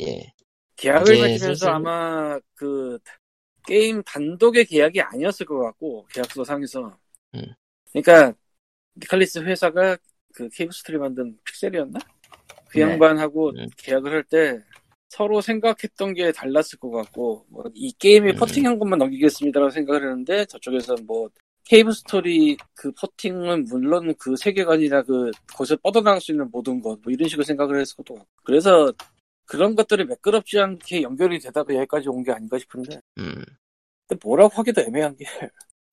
S1: 예,
S4: 계약을
S1: 이제
S4: 맺으면서
S1: 슬슬-
S4: 아마 그 게임 단독의 계약이 아니었을 것 같고 계약서 상에서
S1: 음.
S4: 그러니까 니칼리스 회사가 그 케이브스트리 만든 픽셀이었나 그
S2: 네.
S4: 양반하고
S1: 음.
S4: 계약을 할 때 서로 생각했던 게 달랐을 것 같고 뭐이 게임에
S1: 음.
S4: 퍼팅한 것만 넘기겠습니다라고 생각을 했는데 저쪽에서 뭐 케이브 스토리 그 퍼팅은 물론 그 세계관이나 그 곳에 뻗어나갈 수 있는 모든 것 뭐 이런 식으로 생각을 했을 것도 같고 그래서 그런 것들이 매끄럽지 않게 연결이 되다가 여기까지 온 게 아닌가 싶은데
S1: 음,
S4: 근데 뭐라고 하기도 애매한 게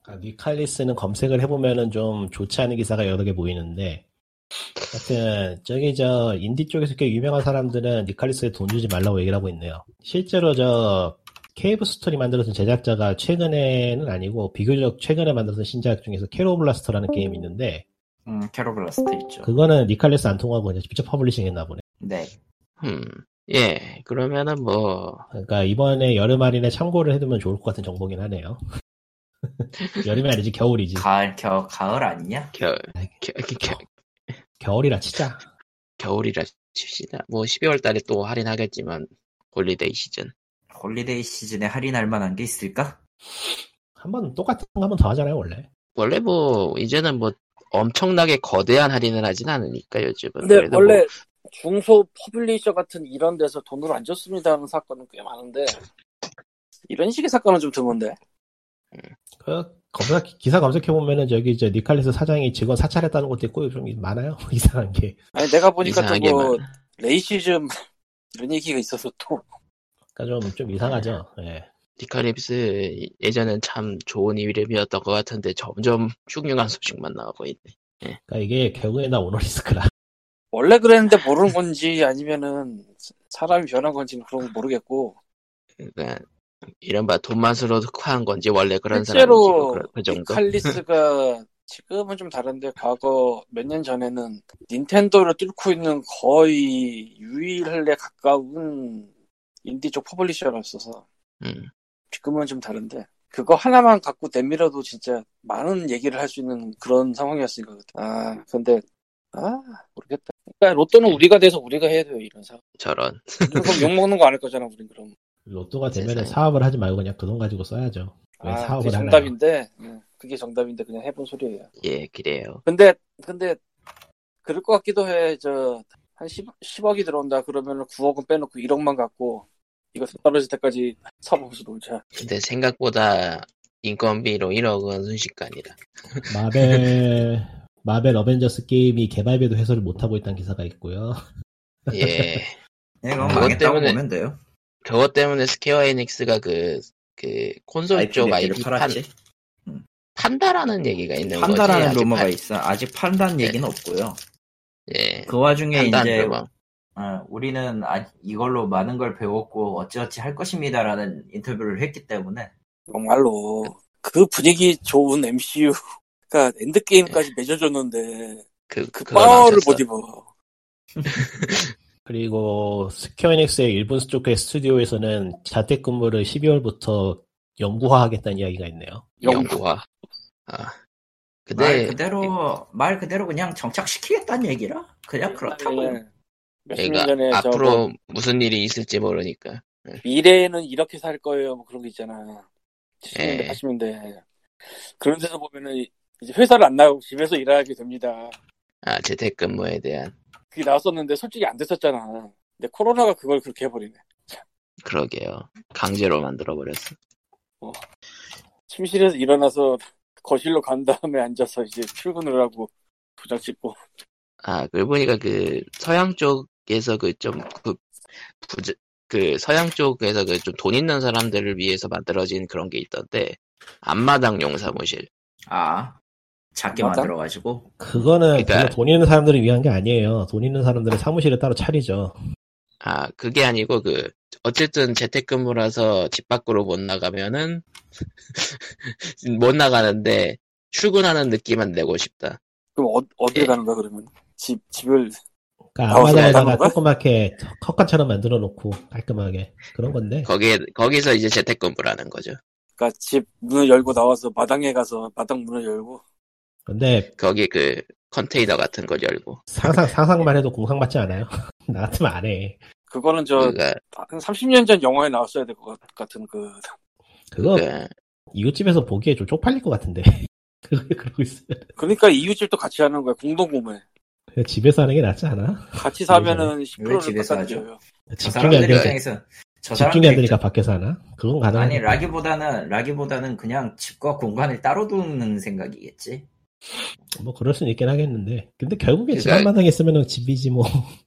S3: 아, 니칼리스는 검색을 해보면은 좀 좋지 않은 기사가 여러 개 보이는데 하여튼 저기 저 인디 쪽에서 꽤 유명한 사람들은 니칼리스에 돈 주지 말라고 얘기를 하고 있네요 실제로 저 케이브 스토리 만들어준 제작자가 최근에는 아니고 비교적 최근에 만들어진 신작 중에서 캐로블라스터라는 게임이 있는데
S2: 음 캐로블라스트 있죠
S3: 그거는 니칼리스 안 통하고 그냥 직접 퍼블리싱 했나 보네
S2: 네
S1: 음, 예, 그러면은 뭐
S3: 그러니까 이번에 여름 할인에 참고를 해두면 좋을 것 같은 정보긴 하네요 여름이 아니지 겨울이지
S2: 가을 겨, 가을 아니냐?
S1: 겨울, 겨, 겨,
S3: 겨울이라 치자
S1: 겨울이라 칩시다. 뭐 12월 달에 또 할인하겠지만 홀리데이 시즌.
S2: 홀리데이 시즌에 할인할 만한 게 있을까?
S3: 한번 똑같은 거 한 번 더 하잖아요 원래
S1: 원래 뭐 이제는 뭐 엄청나게 거대한 할인을 하진 않으니까 요즘은.
S4: 근데
S1: 그래도
S4: 원래
S1: 뭐,
S4: 중소 퍼블리셔 같은 이런 데서 돈으로 안 줬습니다 하는 사건은 꽤 많은데 이런 식의 사건은 좀 드문데
S3: 그 검색 기사 검색해 보면은 저기 이제 니칼리스 사장이 직원 사찰했다는 것도 있고 좀 많아요 이상한 게.
S4: 아니 내가 보니까
S1: 이상하게
S4: 또 뭐 레이시즘 이런 얘기가 있어서 또
S3: 그러니까 좀 좀 이상하죠. 예.
S1: 디카립스 예전엔 참 좋은 이름이었던 것 같은데 점점 흉흉한 소식만 나오고 있네.
S3: 그러니까 이게 결국에 나 오너리스크라.
S4: 원래 그랬는데 모르는 건지 아니면은 사람이 변한 건지 그런 거 모르겠고
S1: 그러니까 이른바 돈만 으로 흑화한 건지 원래 그런
S4: 실제로
S1: 사람이고 그 정도.
S4: 칼리스가 지금은 좀 다른데 과거 몇 년 전에는 닌텐도를 뚫고 있는 거의 유일에 가까운 인디 쪽 퍼블리셔였어서
S1: 음,
S4: 지금은 좀 다른데 그거 하나만 갖고 내밀어도 진짜 많은 얘기를 할 수 있는 그런 상황이었으니까 그때. 아 근데 아 모르겠다 그러니까 로또는 우리가 돼서 우리가 해야 돼요 이런 상황
S1: 저런.
S4: 우리는 그럼 욕먹는 거 아닐 거잖아 우린 그럼
S3: 로또가 되면
S1: 세상에.
S3: 사업을 하지 말고 그냥 그 돈 가지고 써야죠. 왜
S4: 아
S3: 사업을
S4: 그게
S3: 하나요?
S4: 정답인데 응, 그게 정답인데 그냥 해본 소리예요
S1: 예, 그래요.
S4: 근데 근데 그럴 것 같기도 해. 저 한 10, 10억이 들어온다 그러면은 9억은 빼놓고 1억만 갖고 이거 떨어질 때까지 사보면서 놀자.
S1: 근데 생각보다 인건비로 1억은 순식간이라.
S3: 마벨 마벨 어벤져스 게임이 개발비도 해소를 못 하고 있다는 기사가 있고요.
S1: 예.
S2: 네, 그건
S1: 그것
S2: 망했다고
S1: 때문에
S2: 보면 돼요
S1: 그것 때문에 스퀘어 에닉스가 그, 그, 콘솔 쪽
S2: 몇 개를
S1: IP 판,
S2: 팔았지
S1: 판다라는 얘기가 있는 거지.
S2: 판다라는
S1: 아직
S2: 루머가
S1: 판-
S2: 있어 아직 판다는 얘기는 없고요
S1: 예.
S2: 그 와중에
S1: 판다는
S2: 이제
S1: 루머.
S2: 어, 우리는 아, 이걸로 많은 걸 배웠고 어찌어찌 할 것입니다라는 인터뷰를 했기 때문에
S4: 정말로 그 분위기 좋은 MCU가 엔드 게임까지 맺어줬는데
S1: 그,
S4: 그
S1: 그걸
S4: 파워를
S1: 맞췄어.
S4: 못 입어.
S3: 그리고 스퀘어닉스의 일본 쪽의 스튜디오에서는 자택근무를 12월부터 영구화하겠다는 이야기가 있네요.
S1: 영구화. 아.
S2: 말
S1: 근데,
S2: 그대로 말 그대로 그냥 정착시키겠다는 얘기라 그냥 그렇다고요
S1: 네.
S4: 옛날에 네. 몇십 년 전에
S1: 그러니까
S4: 저뭐
S1: 앞으로 무슨 일이 있을지 모르니까.
S4: 미래에는 이렇게 살 거예요. 뭐 그런 거 있잖아. 70년대,
S1: 예.
S4: 80년대. 그런 데서 보면은 이제 회사를 안 나오고 집에서 일하게 됩니다.
S1: 아, 재택근무에 대한.
S4: 그게 나왔었는데 솔직히 안 됐었잖아. 근데 코로나가 그걸 그렇게 해버리네.
S1: 그러게요. 강제로 만들어버렸어.
S4: 침실에서 일어나서 거실로 간 다음에 앉아서 이제 출근을 하고 도장 찍고
S1: 아, 그러고 보니까 그 서양 쪽에서 그 좀 그 부자 그 서양 쪽에서 그 좀 돈 있는 사람들을 위해서 만들어진 그런 게 있던데 앞마당용 사무실.
S2: 아 작게
S4: 맞아?
S2: 만들어가지고
S3: 그거는
S1: 그러니까-
S3: 별로 돈 있는 사람들을 위한 게 아니에요. 돈 있는 사람들은 사무실을 따로 차리죠.
S1: 아, 그게 아니고 그 어쨌든 재택근무라서 집 밖으로 못 나가면은 못 나가는데 출근하는 느낌만 내고 싶다.
S4: 그럼 어, 어딜
S1: 예.
S4: 가는 거야 그러면 집 집을
S3: 그러니까
S2: 어,
S4: 아, 그런
S3: 앞마당에다가
S4: 거야?
S3: 조그맣게 헛간처럼 만들어 놓고 깔끔하게 그런 건데
S1: 거기에 거기서 이제 재택근무라는 거죠.
S4: 그러니까 집 문을 열고 나와서 마당에 가서 마당 문을 열고
S3: 근데
S1: 거기 그 컨테이너 같은 걸 열고
S3: 상상 상상만 해도 공상받지 않아요? 나 같으면 안 해.
S4: 그거는 저 한
S1: 그러니까
S4: 30년 전 영화에 나왔어야 될 것 같은 그
S3: 그거
S1: 그
S2: 네.
S3: 이웃집에서 보기에 좀 쪽팔릴 것 같은데 그걸 그러고 있어요.
S4: 그러니까 이웃집도 같이 하는 거야 공동 구매
S3: 그냥 집에서 하는 게 낫지 않아?
S4: 같이 사면은
S2: 왜
S4: 10%를
S2: 집에서 하죠?
S4: 깎아줘요
S2: 저
S3: 집중이 안
S2: 사람들
S3: 되니까
S2: 입장에서 저
S3: 집중이 안
S2: 사람들
S3: 되니까
S2: 입장
S3: 밖에서 하나? 그건 가능한
S2: 아니 라기보다는 라기보다는 그냥 집과 공간을 따로 두는 생각이겠지.
S3: 뭐 그럴 수는 있긴 하겠는데 근데 결국에 집
S1: 그러니까-
S3: 앞마당에 있으면은 집이지 뭐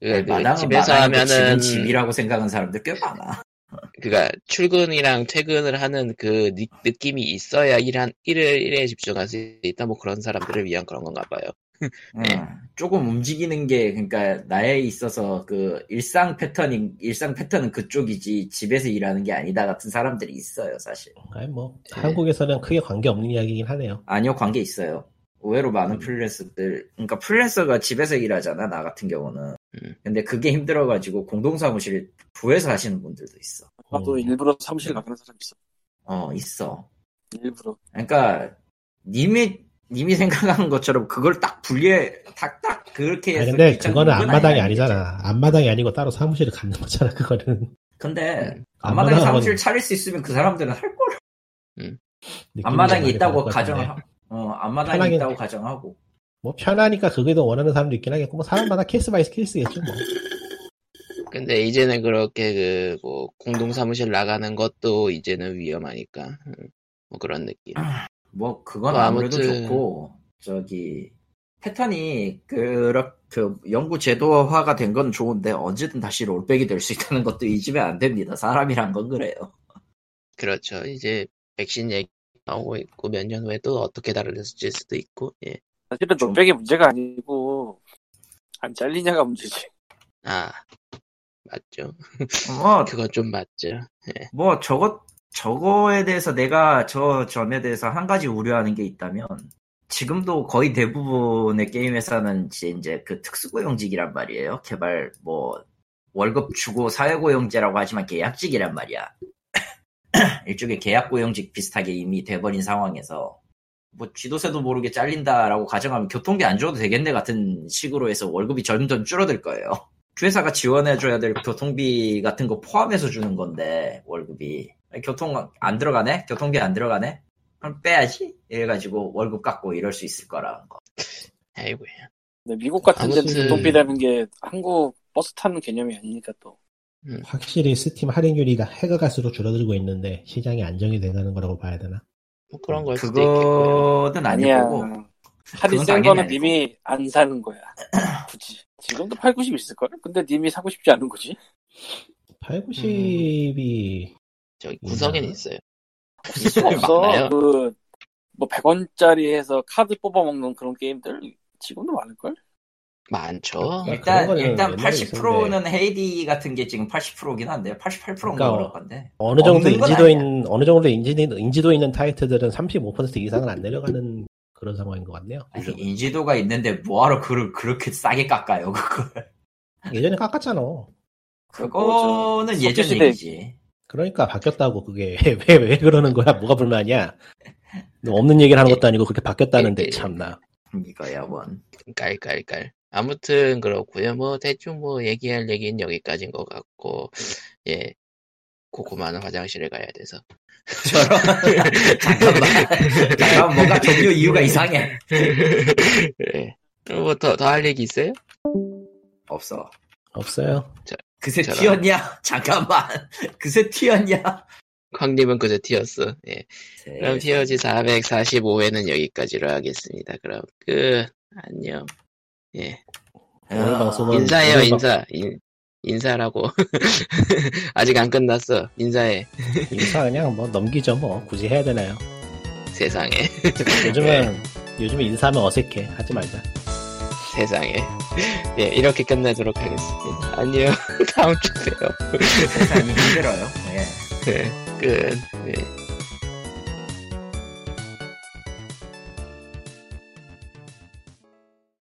S1: 그
S2: 네, 마당은
S1: 집에서
S2: 마당이고 그 집은
S1: 하면은
S2: 집이라고 생각하는 사람들 꽤 많아.
S1: 그니까 그러니까 출근이랑 퇴근을 하는 그 느- 느낌이 있어야 일한 일을 일에 집중할 수 있다 뭐 그런 사람들을 위한 그런 건가 봐요.
S2: 응.
S1: 네.
S2: 조금 움직이는 게 그러니까 나에 있어서 그 일상 패턴인 일상 패턴은 그쪽이지 집에서 일하는 게 아니다 같은 사람들이 있어요 사실.
S3: 아니 뭐
S1: 예.
S3: 한국에서는 크게 관계 없는 이야기긴 하네요.
S2: 아니요 관계 있어요. 의외로
S1: 음.
S2: 많은 프리랜서들 그러니까 프리랜서가 집에서 일하잖아 나 같은 경우는.
S1: 음.
S2: 근데 그게 힘들어가지고 공동사무실 부에서 하시는 분들도 있어.
S4: 나도
S3: 음.
S4: 일부러 사무실 가는 사람 있어
S2: 어 있어.
S4: 일부러
S2: 그러니까 님이 님이 생각하는 것처럼 그걸 딱 분리해 딱딱 예, 그렇게
S3: 아니,
S2: 해서
S3: 근데
S2: 귀찮은
S3: 그거는
S2: 건
S3: 앞마당이
S2: 아니야,
S3: 아니잖아. 앞마당이 아니고 따로 사무실을 갖는 거잖아. 그거는
S2: 근데 앞마당에
S3: 음. 앞마당은-
S2: 사무실 차릴 수 있으면 그 사람들은 할 거를
S3: 느낌이
S2: 앞마당이
S3: 많이 다를
S2: 있다고
S3: 것 같은데.
S2: 가정하고 어 앞마당이
S3: 편하게-
S2: 있다고 가정하고
S3: 뭐 편하니까 그게 더 원하는 사람도 있긴 하겠고 뭐 사람마다 케이스 바이 케이스겠죠. 뭐.
S1: 근데 이제는 그렇게 그 뭐 공동 사무실 나가는 것도 이제는 위험하니까 음, 뭐 그런 느낌.
S2: 뭐 그건
S1: 뭐
S2: 아무래도
S1: 아무튼-
S2: 좋고 저기 패턴이 그렇 그 연구 제도화가 된 건 좋은데 언제든 다시 롤백이 될 수 있다는 것도 잊으면 안 됩니다. 사람이란 건 그래요.
S1: 그렇죠. 이제 백신 얘기 나오고 있고 몇 년 후에 또 어떻게 달라질 수도 있고 예.
S4: 사실은
S1: 좀-
S4: 노백의 문제가 아니고 안 잘리냐가 문제지
S1: 아 맞죠.
S2: 뭐
S1: 그건 좀 맞죠.
S2: 뭐 저것 저거에 대해서 내가 저 점에 대해서 한 가지 우려하는 게 있다면 지금도 거의 대부분의 게임 회사는 이제- 이제 그 특수고용직이란 말이에요. 개발 뭐 월급 주고 사회고용제라고 하지만 계약직이란 말이야. 일종의 계약고용직 비슷하게 이미 돼버린 상황에서 뭐 쥐도새도 모르게 잘린다라고 가정하면 교통비 안 줘도 되겠네 같은 식으로 해서 월급이 점점 줄어들 거예요. 회사가 지원해줘야 될 교통비 같은 거 포함해서 주는 건데 월급이 아니, 교통 안 들어가네? 교통비 안 들어가네? 그럼 빼야지? 이래가지고 월급 깎고 이럴 수 있을 거라는 거.
S1: 아이고 예.
S4: 근데 미국 같은 데
S1: 아무튼-
S4: 교통비라는 게 한국 버스 타는 개념이 아니니까 또
S3: 확실히 스팀 할인율이 해가 갈수록 줄어들고 있는데 시장이 안정이 돼가는 거라고 봐야 되나?
S1: 뭐 그런 걸 수도 있겠고요.
S2: 그거는 아닐
S4: 아니야.
S2: 거고
S4: 할인
S2: 그건
S4: 센
S2: 당연히
S4: 거는
S2: 아니고.
S4: 님이 안 사는 거야. 굳이. 지금도 8, 90 있을걸? 근데 님이 사고 싶지 않은 거지.
S3: 890이
S2: 음.
S1: 저기 음. 구석엔 있어요.
S4: 있을 수가 없어.
S1: 많아요.
S4: 그, 뭐 100원짜리 해서 카드 뽑아먹는 그런 게임들 지금도 많을걸?
S1: 많죠.
S3: 그러니까 그런
S2: 일단 일단
S3: 거는 옛날에
S2: 80%는 헤이디 같은 게 지금 80%긴 한데 88%인
S3: 그러니까
S2: 가 그럴 건데.
S3: 어느 정도
S2: 없는 건
S3: 인지도
S2: 아니야.
S3: 있는 어느 정도 인지, 인지도 있는 타이틀들은 35% 이상은 안 내려가는 그런 상황인 것 같네요.
S2: 아니,
S3: 요즘은.
S2: 인지도가 있는데 뭐하러 그걸 그렇게 싸게 깎아요 그걸.
S3: 예전에 깎았잖아.
S2: 그거는
S4: 저
S2: 예전
S4: 석유시대
S2: 얘기지.
S3: 그러니까 바뀌었다고 그게 왜 왜 그러는 거야? 뭐가 불만이야? 너 없는 얘기를 하는 것도 아니고 그렇게 바뀌었다는데 참나.
S2: 음, 이거야 원.
S1: 깔깔깔. 아무튼 그렇고요. 뭐 대충 뭐 얘기할 얘기는 여기까지인 것 같고 예. 고구마는 화장실에 가야 돼서.
S2: 저런 잠깐만. 잠깐 뭔가 종료 이유가 이상해.
S1: 뭐 예. 뭐더더 할 얘기 있어요?
S2: 없어.
S3: 없어요.
S2: 그새
S1: 저런.
S2: 튀었냐? 잠깐만. 그새 튀었냐?
S1: 광님은 그새 튀었어. 예.
S2: 네.
S1: 그럼
S2: 어,
S1: POG 445회는 여기까지로 하겠습니다. 그럼 끝. 안녕. 예.
S3: 오늘 방송은
S1: 인사해요,
S3: 오늘 방-
S1: 인사. 인, 인사라고. 아직 안 끝났어. 인사해.
S3: 인사 그냥 뭐 넘기죠 뭐 굳이 해야 되나요?
S1: 세상에.
S3: 요즘은 요즘에 인사하면 어색해 하지 말자.
S1: 세상에. 예, 이렇게 끝내도록 하겠습니다. 안녕. 다음 주 봬요.
S2: 세상이 힘들어요. 예.
S1: 예, 끝. 예.